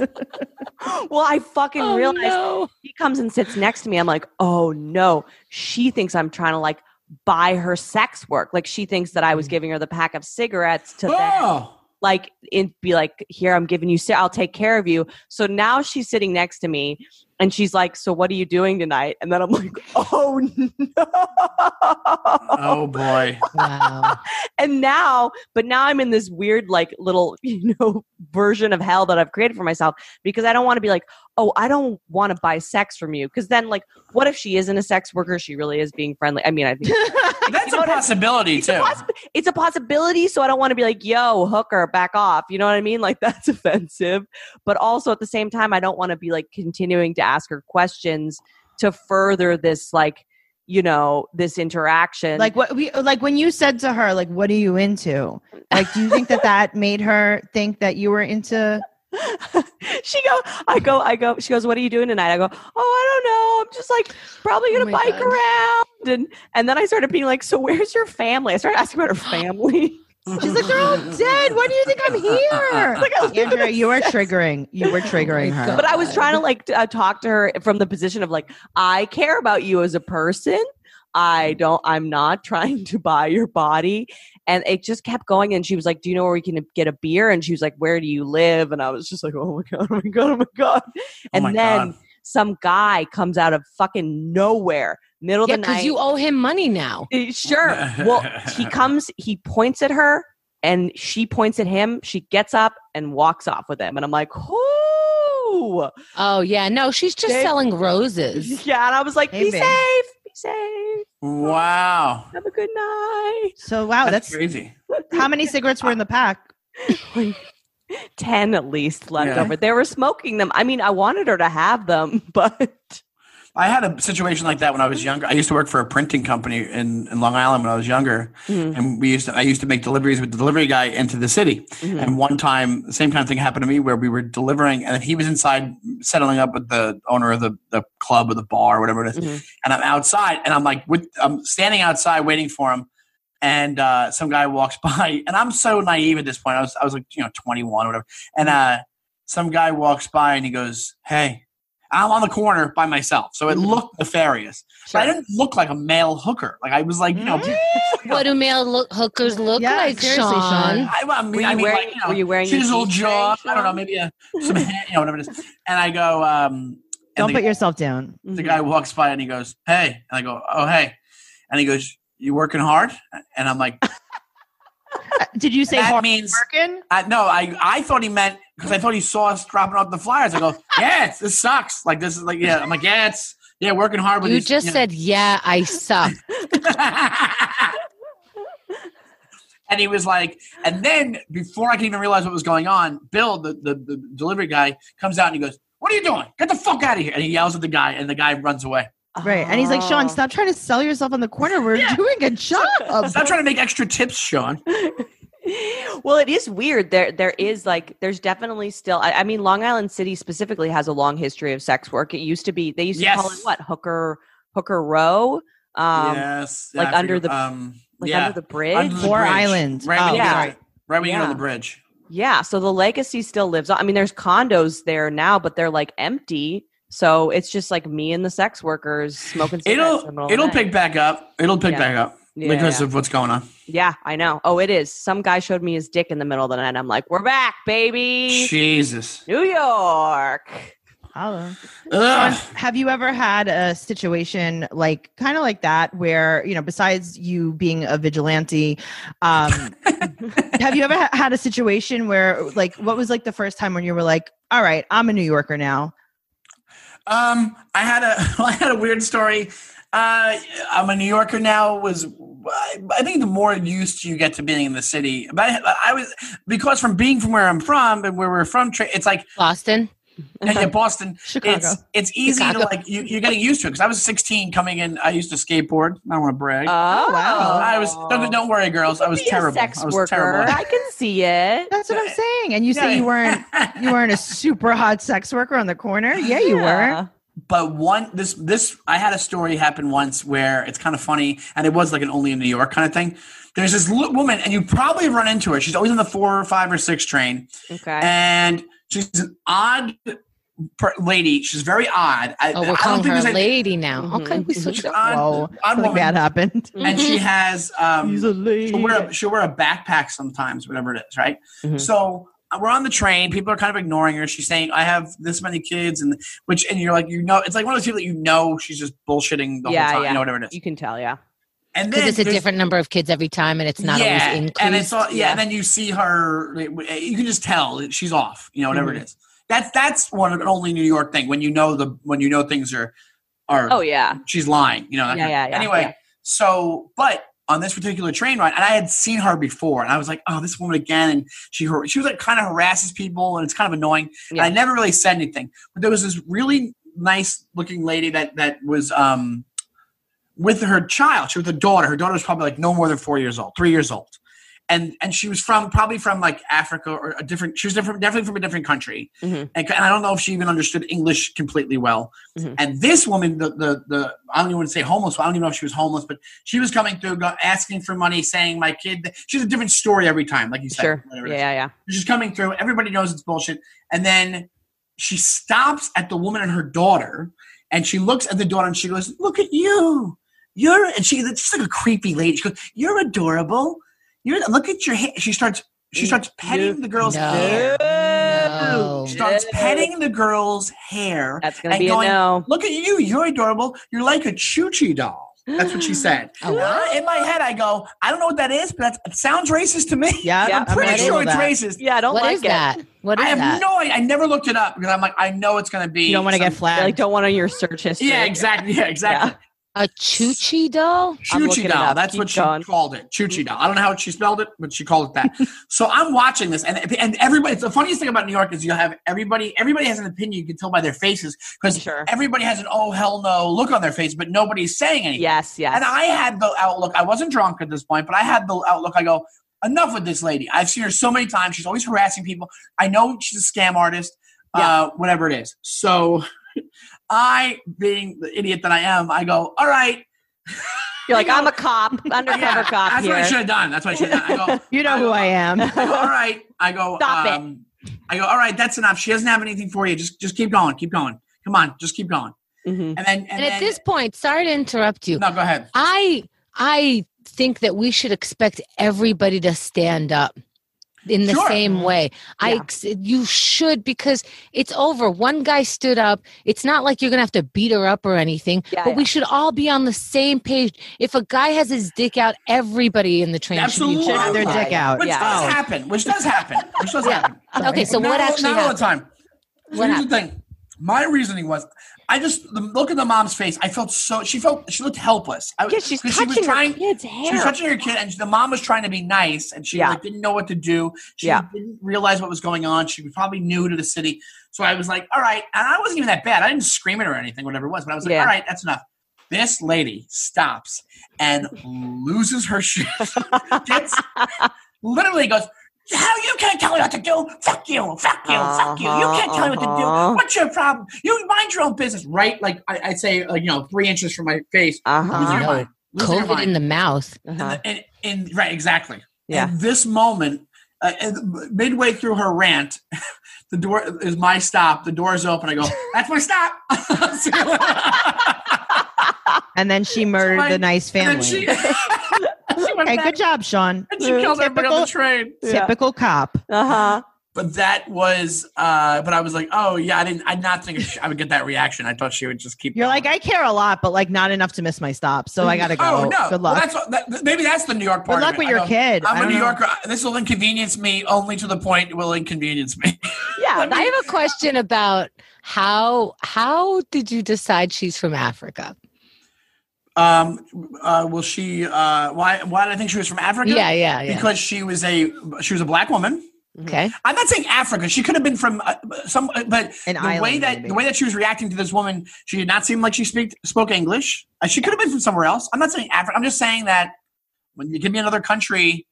D: well, I fucking
E: Oh,
D: realized
E: no.
D: he comes and sits next to me. I'm like, oh no, she thinks I'm trying to like buy her sex work. Like she thinks that I
E: Mm.
D: was giving her the pack of cigarettes to
E: Ah!
D: then,
F: Oh,
D: like in, be like, here I'm giving you, ci- I'll take care of you. So now she's sitting next to me, and she's like, so what are you doing tonight? And then I'm like, oh no.
F: oh boy.
E: Wow.
D: And now, but now I'm in this weird, like, little, you know, version of hell that I've created for myself because I don't want to be like, oh, I don't want to buy sex from you. Because then, like, what if she isn't a sex worker? She really is being friendly. I mean, I think
F: That's
D: You know
F: a
D: what I-
F: possibility
D: it's a,
F: too.
D: poss- it's a possibility. So I don't want to be like, yo, hooker, back off. You know what I mean? Like, that's offensive. But also at the same time, I don't want to be like continuing to ask her questions to further this, like, you know, this interaction.
C: Like what we like when you said to her, like, "What are you into?" Like, do you think that that made her think that you were into?
D: she go i go i go she goes what are you doing tonight i go oh i don't know i'm just like probably
E: Oh
D: gonna
E: my
D: bike
E: God.
D: around and and then i started being like so where's your family i started asking about her family
C: She's like, "They're all dead. Why do you think I'm here?"
D: Like, I live in
C: Andrea,
D: a
C: you are triggering. You were
F: Oh
C: triggering her.
D: but i was trying to like t- uh, talk to her from the position of like i care about you as a person
F: Mm.
D: i don't i'm not trying to buy your body and it just kept going and she was like do you know where we can get a beer and she was like where do you live and i was just like oh my god oh my god oh my god
F: Oh
D: and
F: my
D: then
F: God.
D: some guy comes out of fucking nowhere, middle
E: yeah,
D: of the
E: because
D: night.
E: you owe him money now.
D: Eh, sure. Well, he comes, he points at her, and she points at him. She gets up and walks off with him, and I'm like, "Whoo!"
E: Oh yeah, no, she's just
D: They-
E: selling roses.
D: Yeah, and I was like,
C: Hey,
D: "Be
C: babe.
D: safe, be safe.
F: Wow.
D: Have a good night."
C: so wow,
F: that's,
C: Oh, that's
F: crazy.
C: how many cigarettes were in the pack.
D: Ten at least left
F: Yeah.
D: over. They were smoking them. I mean, I wanted her to have them, but
F: I had a situation like that when I was younger. I used to work for a printing company in, in Long Island when I was younger,
C: Mm,
D: Mhm.
F: and we used to, I used to make deliveries with the delivery guy into the city.
D: Mhm.
F: And one time, the same kind of thing happened to me where we were delivering, and he was inside settling up with the owner of the, the club or the bar or whatever it is.
D: Mhm.
F: And I'm outside, and I'm like, with, I'm standing outside waiting for him. And uh, some guy walks by, and I'm so naive at this point. I was, I was like, you know, 21 or whatever. And uh, some guy walks by, and he goes, "Hey." I'm on the corner by myself, so it
D: Mhm.
F: looked nefarious. But I
D: Sure.
F: didn't look like a male hooker. Like I was like, you know,
E: What do male lo- hookers look
C: Yeah,
E: like,
C: seriously,
E: Sean?
C: Sean.
F: I, well, I mean,
D: Were you
F: I mean,
D: wearing-
F: like, you know,
D: were you wearing your
F: chisel
D: G-string,
F: jaw? I don't know,
D: Sean?
F: maybe a some, hand- you know, whatever it is. And I go, um, and
C: Don't
F: the,
C: put yourself Mm-hmm. down.
F: the guy walks by and he goes, "Hey," and I go, "Oh, hey," and he goes, "You working hard?" And I'm like,
C: Uh, Did you say
F: "That
C: hard
F: means."
C: working?
F: I, no, I I thought he meant because I thought he saw us dropping off the flyers. I go, "Yeah, it's, this sucks." Like this is like, yeah. I'm like, "Yeah, it's yeah, working hard." With
E: You
F: these,
E: just
F: know."
E: said, "Yeah, I suck."
F: and he was like, and then before I could even realize what was going on, Bill, the, the, the delivery guy, comes out and he goes, What are you doing? Get the fuck out of here. And he yells at the guy, and the guy runs away.
C: Right, and he's like, Sean,
D: Oh.
C: stop trying to sell yourself on the corner. We're doing a job.
F: Stop trying to make extra tips, Sean.
D: well, it is weird. There, there is like, there's definitely still. I, I mean, Long Island City specifically has a long history of sex work. It used to be they used to call it
F: Yes.
D: what hooker hooker row, um,
F: yes.
D: like
F: I
D: under
F: forget-
D: the-
F: um,
D: like
F: yeah.
D: under the bridge.
F: Under the
C: Four
F: bridge.
C: Islands.
F: Right, when
C: Oh,
F: you get-
D: sorry.
F: right when you get on
D: Yeah.
F: the bridge.
D: yeah, so the legacy still lives on. I mean, there's condos there now, but they're like empty. So it's just like me and the sex workers smoking. cigarettes in the
F: It'll
D: middle of the
F: it'll
D: night.
F: pick back up. It'll pick
D: Yeah.
F: back up.
D: Yeah,
F: because
D: yeah.
F: of what's going on.
D: Yeah, I know. Oh, it is. Some guy showed me his dick in the middle of the night. I'm like, we're back, baby.
F: Jesus.
D: New York.
C: Holla.
F: Ugh.
C: Have you ever had a situation like kind of like that where, you know, besides you being a vigilante, um, have you ever ha- had a situation where, like, what was like the first time when you were like, all right, I'm a New Yorker now?
F: Um, I had a I had a weird story. Uh, I'm a New Yorker now. Was I I think the more used you get to being in the city, but I, I was because from being from where I'm from and where we're from, tra- it's like
E: Boston.
F: yeah, yeah, Boston.
C: Chicago.
F: It's it's easy
E: Chicago.
F: to like you, you're getting used to it because I was 16 coming in. I used to skateboard. I don't want to brag.
D: Oh,
C: wow.
F: I was don't, don't worry, girls. I was
D: Be a
F: terrible.
D: sex
F: I was
D: worker.
F: terrible.
D: I can see it.
C: That's what I'm saying. And you say
F: Yeah.
C: you weren't you weren't a super hot sex worker on the corner. Yeah, you were.
F: but one this this I had a story happen once where it's kind of funny, and it was like an only in New York kind of thing. There's this li- woman, and you probably run into her. She's always on the four or five or six train,
D: Okay.
F: and she's an odd per- lady. She's very odd. I,
E: Oh,
F: I
E: we're
F: don't
E: calling
F: think
E: her
F: there's
E: a
F: any- Mm-hmm.
E: lady now. Okay, we switched up.
F: Odd,
C: Whoa.
F: odd
C: Something
F: woman,
C: bad happened.
F: and she has um,
C: lady.
F: she'll wear a, she'll wear a backpack sometimes, whatever it is, right?
E: Mm-hmm.
D: Mhm.
F: So uh, we're on the train. People are kind of ignoring her. She's saying, "I have this many kids," and which, and you're like, you know, it's like one of those people that you know she's just bullshitting the
D: Yeah,
F: whole time,
D: yeah.
F: you know, whatever it is.
D: You can tell, yeah.
F: And
E: Because
F: then
E: it's a
F: there's-
E: different number of kids every time, and it's not
F: yeah,
E: always increased.
F: and it's all, yeah,
D: yeah.
F: And then you see her, you can just tell that she's off, you know, whatever it
E: Mm-hmm.
D: Mhm.
F: is. That's that's one of an only New York thing when you know the when you know things are are
D: Oh yeah.
F: she's lying. You know. that
D: Yeah,
F: kind of-
D: yeah, yeah,
F: anyway,
D: yeah.
F: so but on this particular train ride, and I had seen her before, and I was like, oh, this woman again. And she har- she was like kind of harasses people, and it's kind of annoying.
D: Yeah.
F: And I never really said anything, but there was this really nice looking lady that that was um with her child. She was a daughter. Her daughter was probably like no more than four years old, three years old. And, and she was from probably from like Africa or a different. She was different, definitely from a different country,
D: Mhm.
F: and, and I don't know if she even understood English completely well.
D: Mm-hmm.
F: And this woman, the, the the I don't even want to say homeless. I don't even know if she was homeless, but she was coming through, go- asking for money, saying my kid. She's a different story every time, like you said.
D: Sure. Yeah,
F: whatever it is.
D: yeah, yeah.
F: She's coming through. Everybody knows it's bullshit. And then she stops at the woman and her daughter, and she looks at the daughter and she goes, "Look at you. You're." And she, she's like a creepy lady. She goes, "You're adorable. You're look at your hair." She starts. She starts petting the girl's
E: No.
D: Oh.
F: hair.
E: No.
F: She starts petting the girl's hair.
D: That's gonna
F: and
D: be
F: going,
D: a no.
F: Look at you. You're adorable. You're like a choo-choo doll. That's what she said.
E: Oh,
F: And I- in my head, I go, I don't know what that is, but that's, it sounds racist to me.
C: Yeah,
D: Yeah,
F: I'm pretty
C: ready
F: sure
C: with
F: it's
C: that.
F: racist.
D: Yeah, I don't
E: What
D: like
E: is
D: it.
E: that? What is
F: I have
E: that?
F: no idea. I never looked it up because I'm like, I know it's going to be.
C: You don't want to get
F: some-
D: I,
C: flagged.
D: like don't want on your search history.
F: Yeah, exactly. Yeah, exactly.
E: a choochie doll?
D: I'm looking
F: Choochie
D: it
F: doll.
D: up.
F: That's
D: Keep
F: what she
D: going.
F: called it. Choochie doll. I don't know how she spelled it, but she called it that. so I'm watching this, and and everybody. The funniest thing about New York is you'll have everybody. Everybody has an opinion. You can tell by their faces because
D: Sure.
F: everybody has an oh hell no look on their face, but nobody's saying anything.
D: Yes, yes.
F: And I had the outlook. I wasn't drunk at this point, but I had the outlook. I go, enough with this lady. I've seen her so many times. She's always harassing people. I know she's a scam artist, uh, whatever it is. So I, being the idiot that I am, I go, all right.
D: You're like, I'm a cop, undercover
F: Yeah,
D: cop
F: that's
D: here.
F: what I should have done. That's what I should have done. I go,
C: you know who I am.
F: all right. I go,
D: Stop it.
F: um, I go, all right, that's enough. She doesn't have anything for you. Just just keep going. Keep going. Come on, just keep going.
D: Mhm.
F: And then and,
E: And
F: then-
E: at this point, sorry to interrupt you.
F: no, go ahead.
E: I I think that we should expect everybody to stand up in the
F: Sure.
E: same way. I
D: Yeah.
E: ex- you should because it's over. One guy stood up. It's not like you're going to have to beat her up or anything,
D: Yeah,
E: but we
D: yeah.
E: should all be on the same page. If a guy has his dick out, everybody in the train
F: Absolutely.
E: should be
C: Should have their
F: Yeah,
C: dick out. Oh.
F: Which
D: Yeah.
F: does happen. Which does happen. Which does happen.
E: Okay, so
F: Not
E: what
F: all-
E: actually
F: Not all
E: happened?
F: the time. So
E: What
F: here's the thing. My reasoning was, I just the look at the mom's face. I felt so. She felt she looked helpless. I,
D: yeah, she's
F: 'cause
D: touching
F: she was trying.
D: her kid's
F: She was
D: hair.
F: touching her kid, and the mom was trying to be nice, and she
D: Yeah.
F: like, didn't know what to do. She
D: Yeah.
F: didn't realize what was going on. She was probably new to the city, so I was like, "All right." And I wasn't even that bad. I didn't scream at her or anything, whatever it was. But I was like,
D: Yeah.
F: "All right, that's enough." This lady stops and loses her shit. Gets literally goes, How you can't tell me what to do? Fuck you, fuck you, fuck you. You can't tell me what to
D: Uh-huh.
F: do. What's your problem? You mind your own business, right? Like I, I'd say, like, you know, three inches from my face. Losing
D: Uh-huh.
F: your mind. Losing your
E: COVID in
F: mind.
E: the mouth.
D: uh-huh.
F: And- and- right, exactly.
D: Yeah.
F: And this moment, uh, and midway through her rant, the door is my stop. The door is open. I go, That's my stop. See you later.
C: And then she murdered
F: Fine.
C: the nice
F: And
C: family.
F: then she- went
C: Okay,
F: back,
C: good job, Sean.
F: And she kills everybody
C: Typical,
F: on the train.
C: typical cop.
D: Uh huh.
F: But that was, uh, but I was like, oh yeah, I didn't, I did not think she- I would get that reaction. I thought she would just keep.
C: You're
F: going.
C: like, I care a lot, but like not enough to miss my stop. So I gotta go.
F: Oh no!
C: Good
F: Well,
C: luck.
F: that's what, that, maybe that's the New York part.
C: Good
F: of
C: luck
F: it.
C: with
F: I
C: your
F: go,
C: kid. I
F: I'm a
C: don't
F: New
C: know.
F: Yorker. This will inconvenience me only to the point it will inconvenience me.
D: Yeah.
F: Let me-
E: I have a question about how how did you decide she's from Africa?
F: um, uh, will she? Uh, why? Why did I think she was from Africa?
E: Yeah, yeah, yeah.
F: Because Mm-hmm. she was a she was a black woman.
E: okay.
F: I'm not saying Africa. She could have been from uh, some, uh, but
C: An
F: the
C: island,
F: way that
C: maybe.
F: the way that she was reacting to this woman, she did not seem like she speak, spoke English. Uh, she could have been from somewhere else. I'm not saying Africa. I'm just saying that when you give me another country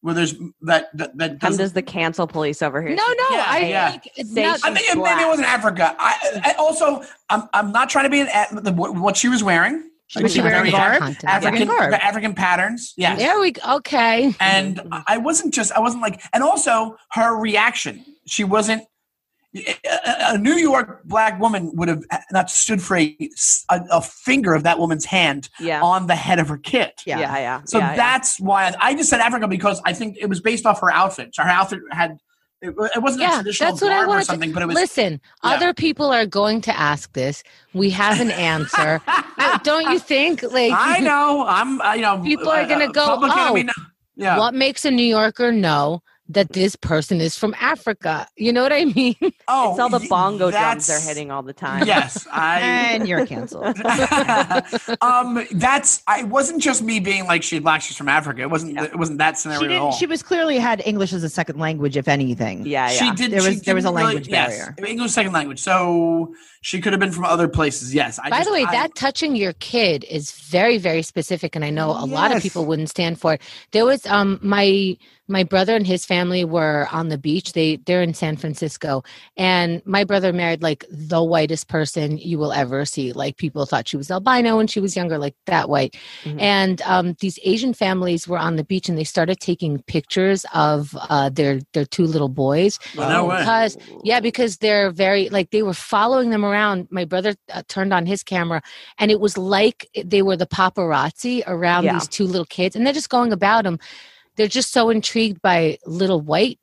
F: where there's that that, that
D: Come
F: doesn't
D: does the cancel police over
E: No,
D: here.
E: no.
F: Yeah,
E: I
F: yeah.
E: think it's not-
D: Say
F: I think it, maybe it wasn't Africa. I, I also, I'm, I'm not trying to be an a- the, what what she was wearing.
C: was she wearing
F: very
C: garb?
E: African
F: African,
C: garb.
F: the African patterns. Yes.
E: There we go. Okay.
F: And I- I wasn't just, I wasn't like, and also her reaction. She wasn't, a, a- a New York black woman would have not stood for a, a, a finger of that woman's hand
D: Yeah.
F: on the head of her kid.
D: Yeah. Yeah. Yeah.
F: Oh, So
D: yeah,
F: that's why I just said Africa because I think it was based off her outfit. So her outfit had, it, it wasn't a
E: Yeah,
F: traditional
E: that's what I
F: garb or
E: wanted to-
F: something, but it was
E: Listen,
F: Yeah.
E: other people are going to ask this. We have an answer. Uh, Don't you think? Like
F: I know. I'm. Uh, you know,
E: People are gonna go,
F: Public
E: "Oh."
F: enemy now. Yeah.
E: what makes a New Yorker know that this person is from Africa? You know what I mean?
F: Oh,
D: It's all the
F: y-
D: bongo drums
F: that's-
D: they're hitting all the time.
F: Yes, I.
C: And you're canceled.
F: um, that's. I it wasn't just me being like she's black. She's from Africa. It wasn't. It wasn't that scenario
C: she
F: at all.
C: didn't she was clearly had English as a second language, if anything.
D: Yeah.
F: She
D: Yeah.
F: did.
C: There
F: she
C: was- there was a
F: didn't really-
C: language
F: yes,
C: barrier.
F: English second language. So she could have been from other places. Yes. I
E: By
F: just-
E: the way,
F: I-
E: that touching your kid is very, very specific, and I know a lot of
F: Yes.
E: people wouldn't stand for it. There was um my my brother and his family were on the beach. They they're in San Francisco, and my brother married like the whitest person you will ever see. Like people thought she was albino when she was younger, like that white.
F: Mm-hmm.
D: Mhm.
E: And um, these Asian families were on the beach, and they started taking pictures of uh, their their two little boys,
F: Well, no way.
E: because yeah because they're very like they were following them around my brother uh, turned on his camera and it was like they were the paparazzi around
D: Yeah.
E: these two little kids and they're just going about them they're just so intrigued by little white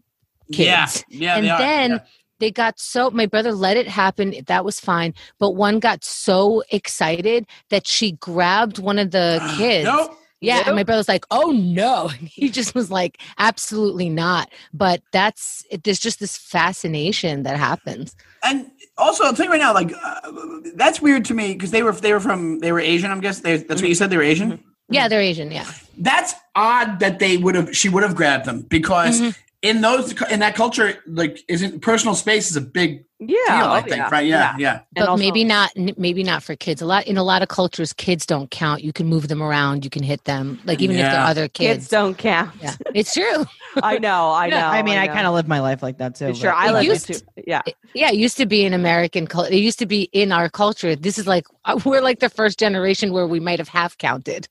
F: Yeah.
E: kids.
F: Yeah.
E: and
F: they are,
E: then
F: yeah.
E: they got so my brother let it happen that was fine but one got so excited that she grabbed one of the kids
F: Nope.
E: yeah, and my brother's like, "Oh no!" And he just was like, "Absolutely not." But that's it, there's just this fascination that happens.
F: And also, I'll tell you right now, like uh, that's weird to me because they were they were from they were Asian. I'm guessing they, that's what you said. They were Asian.
C: Mm-hmm.
E: Yeah, they're Asian. Yeah,
F: that's odd that they would have she would have grabbed them because
C: Mm-hmm.
E: Mhm.
F: in those in that culture like isn't personal space is a big
D: Yeah.
F: deal i
D: oh,
F: think right yeah yeah,
E: but
D: also-
E: maybe not. n- Maybe not for kids. A lot in a lot of cultures, kids don't count. You can move them around. You can hit them. Like even if they're
F: Yeah.
E: other
D: Kids
E: kids.
D: don't count.
E: yeah, it's true.
D: I know. I know.
C: I mean, I,
D: know.
C: kind of live my life like that too.
D: Sure,
C: but-
D: I
E: It
D: like it
E: used
D: too. Yeah,
E: Yeah, it used to be in American culture. It used to be in our culture. This is like we're like the first generation where we might have half counted.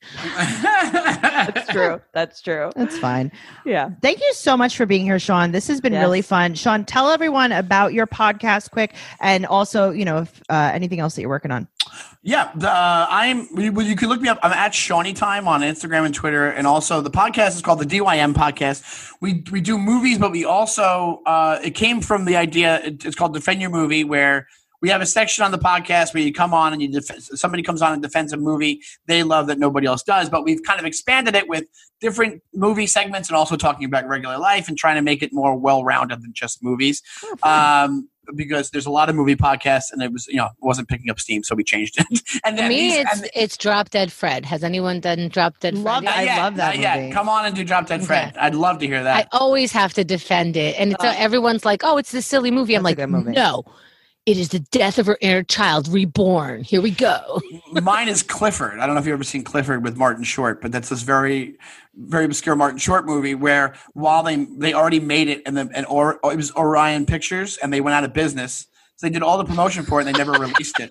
D: that's true. That's true.
C: That's fine.
D: Yeah.
C: Thank you so much for being here, Sean. This has been
D: Yes.
C: really fun. Sean, tell everyone about your podcast quick and also, you know, if uh, anything else that you're working on.
F: Yeah, the, uh, I'm. You, well, you can look me up. I'm at Shawnee Time on Instagram and Twitter, and also the podcast is called the DYM Podcast. We we do movies, but we also uh, it came from the idea. It, it's called Defend Your Movie, where we have a section on the podcast where you come on and you def- somebody comes on and defends a movie they love that nobody else does. But we've kind of expanded it with different movie segments and also talking about regular life and trying to make it more well rounded than just movies.
C: Oh,
F: um, because there's a lot of movie podcasts, and it was you know wasn't picking up steam, so we changed it. and
E: For
F: then
E: me,
F: these-
E: it's
F: and-
E: it's Drop Dead Fred. Has anyone done Drop Dead
C: Love
E: Fred?
C: I
F: yet,
C: love that
F: not yet.
C: movie.
F: Come on and do Drop Dead Fred. I'd love to hear
E: I
F: that.
E: always have to defend it, and it's,
D: Uh,
E: everyone's like, "Oh, it's this silly movie." I'm
C: That's
E: like,
C: a good movie.
E: "No, it is the death of her inner child reborn." Here we go.
F: Mine is Clifford. I don't know if you've ever seen Clifford with Martin Short, but that's this very, very obscure Martin Short movie where while they they already made it and the and or, it was Orion Pictures and they went out of business, so they did all the promotion for it and they never released it,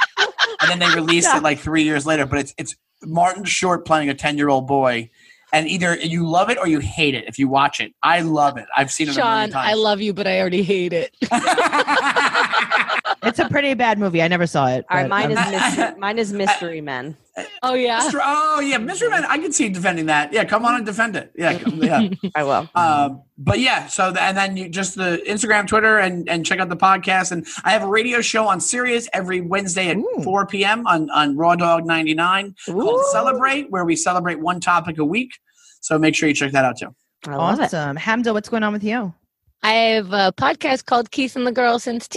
F: and then they released it like three years later. But it's it's Martin Short playing a ten year old boy. And either you love it or you hate it if you watch it. I love it. I've seen it a million
E: Sean,
F: times.
E: I love you, but I already hate it.
F: I
C: it's a pretty bad movie. I never saw it.
D: All right,
C: but,
D: mine is
C: um,
D: mystery, mine is mystery men.
E: Oh yeah.
F: Mr. Oh yeah, Mr. Man, I can see you defending that. Yeah, come on and defend it. Yeah, come, yeah.
D: I will.
F: Um, but yeah, so the, and then you just the Instagram, Twitter, and and check out the podcast. And I have a radio show on Sirius every Wednesday at
C: Ooh.
F: 4 p.m. on on Raw Dog 99 called Celebrate, where we celebrate one topic a week. So make sure you check that out too.
D: I love it.
C: awesome. Hamza, what's going on with you?
E: I have a podcast called Keith and the Girl since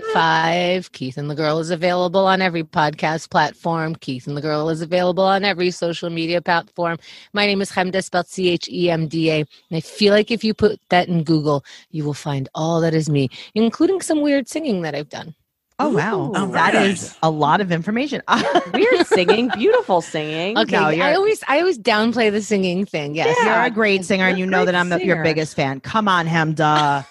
E: 2005. Keith and the Girl is available on every podcast platform. Keith and the Girl is available on every social media platform. My name is Chemda, spelled C H E M D A. And I feel like if you put that in Google, you will find all that is me, including some weird singing that I've done.
C: Oh wow,
D: Ooh.
F: Oh,
C: that
F: very
C: is
F: nice.
C: a lot of information.
D: Weird singing, beautiful singing.
E: Okay,
C: No,
E: I
C: you're-
E: always I always downplay the singing thing. Yes.
D: Yeah.
C: You're a great singer, and
D: You're
C: you
D: a
C: know that
D: great
C: I'm the, your
D: singer.
C: biggest fan. Come on, Hemda.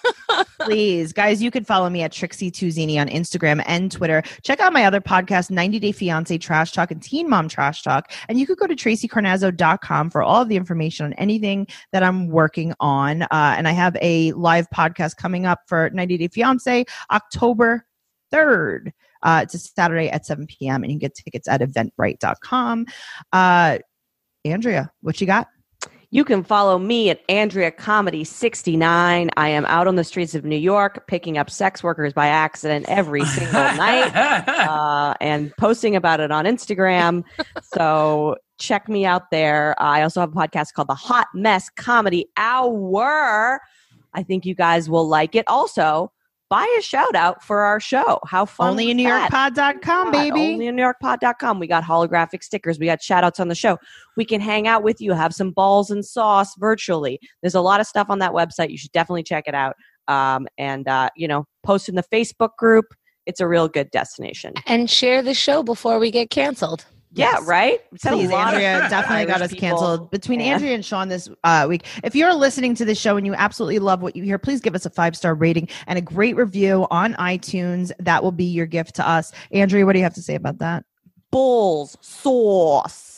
C: Please, guys, you can follow me at Trixie Tuzini on Instagram and Twitter. Check out my other podcast, 90 Day Fiance Trash Talk and Teen Mom Trash Talk. And you could go to tracycarnazzo.com for all of the information on anything that I'm working on. Uh, and I have a live podcast coming up for 90 Day Fiance October 3rd. Uh, it's a Saturday at 7 p.m. and you can get tickets at eventbrite.com. Uh, Andrea, what you got?
D: You can follow me at Andrea Comedy 69. I am out on the streets of New York picking up sex workers by accident every single night uh, and posting about it on Instagram. So check me out there. I also have a podcast called The Hot Mess Comedy Hour. I think you guys will like it. Also, buy a shout out for our show. How fun.
C: Only in
D: was that?
C: NewYorkPod.com,
D: God,
C: baby.
D: Only on NewYorkPod.com. We got holographic stickers. We got shout outs on the show. We can hang out with you, have some balls and sauce virtually. There's a lot of stuff on that website. You should definitely check it out. Um, and, uh, you know, post in the Facebook group. It's a real good destination.
E: And share the show before we get canceled.
D: Yeah, right? We've had a
C: Please,
D: lot of
C: Andrea
F: Irish
C: definitely got us
D: people.
C: canceled. Between
D: Yeah.
C: Andrea and Sean this uh, week, if you're listening to this show and you absolutely love what you hear, please give us a five star rating and a great review on iTunes. That will be your gift to us. Andrea, what do you have to say about that?
D: balls sauce.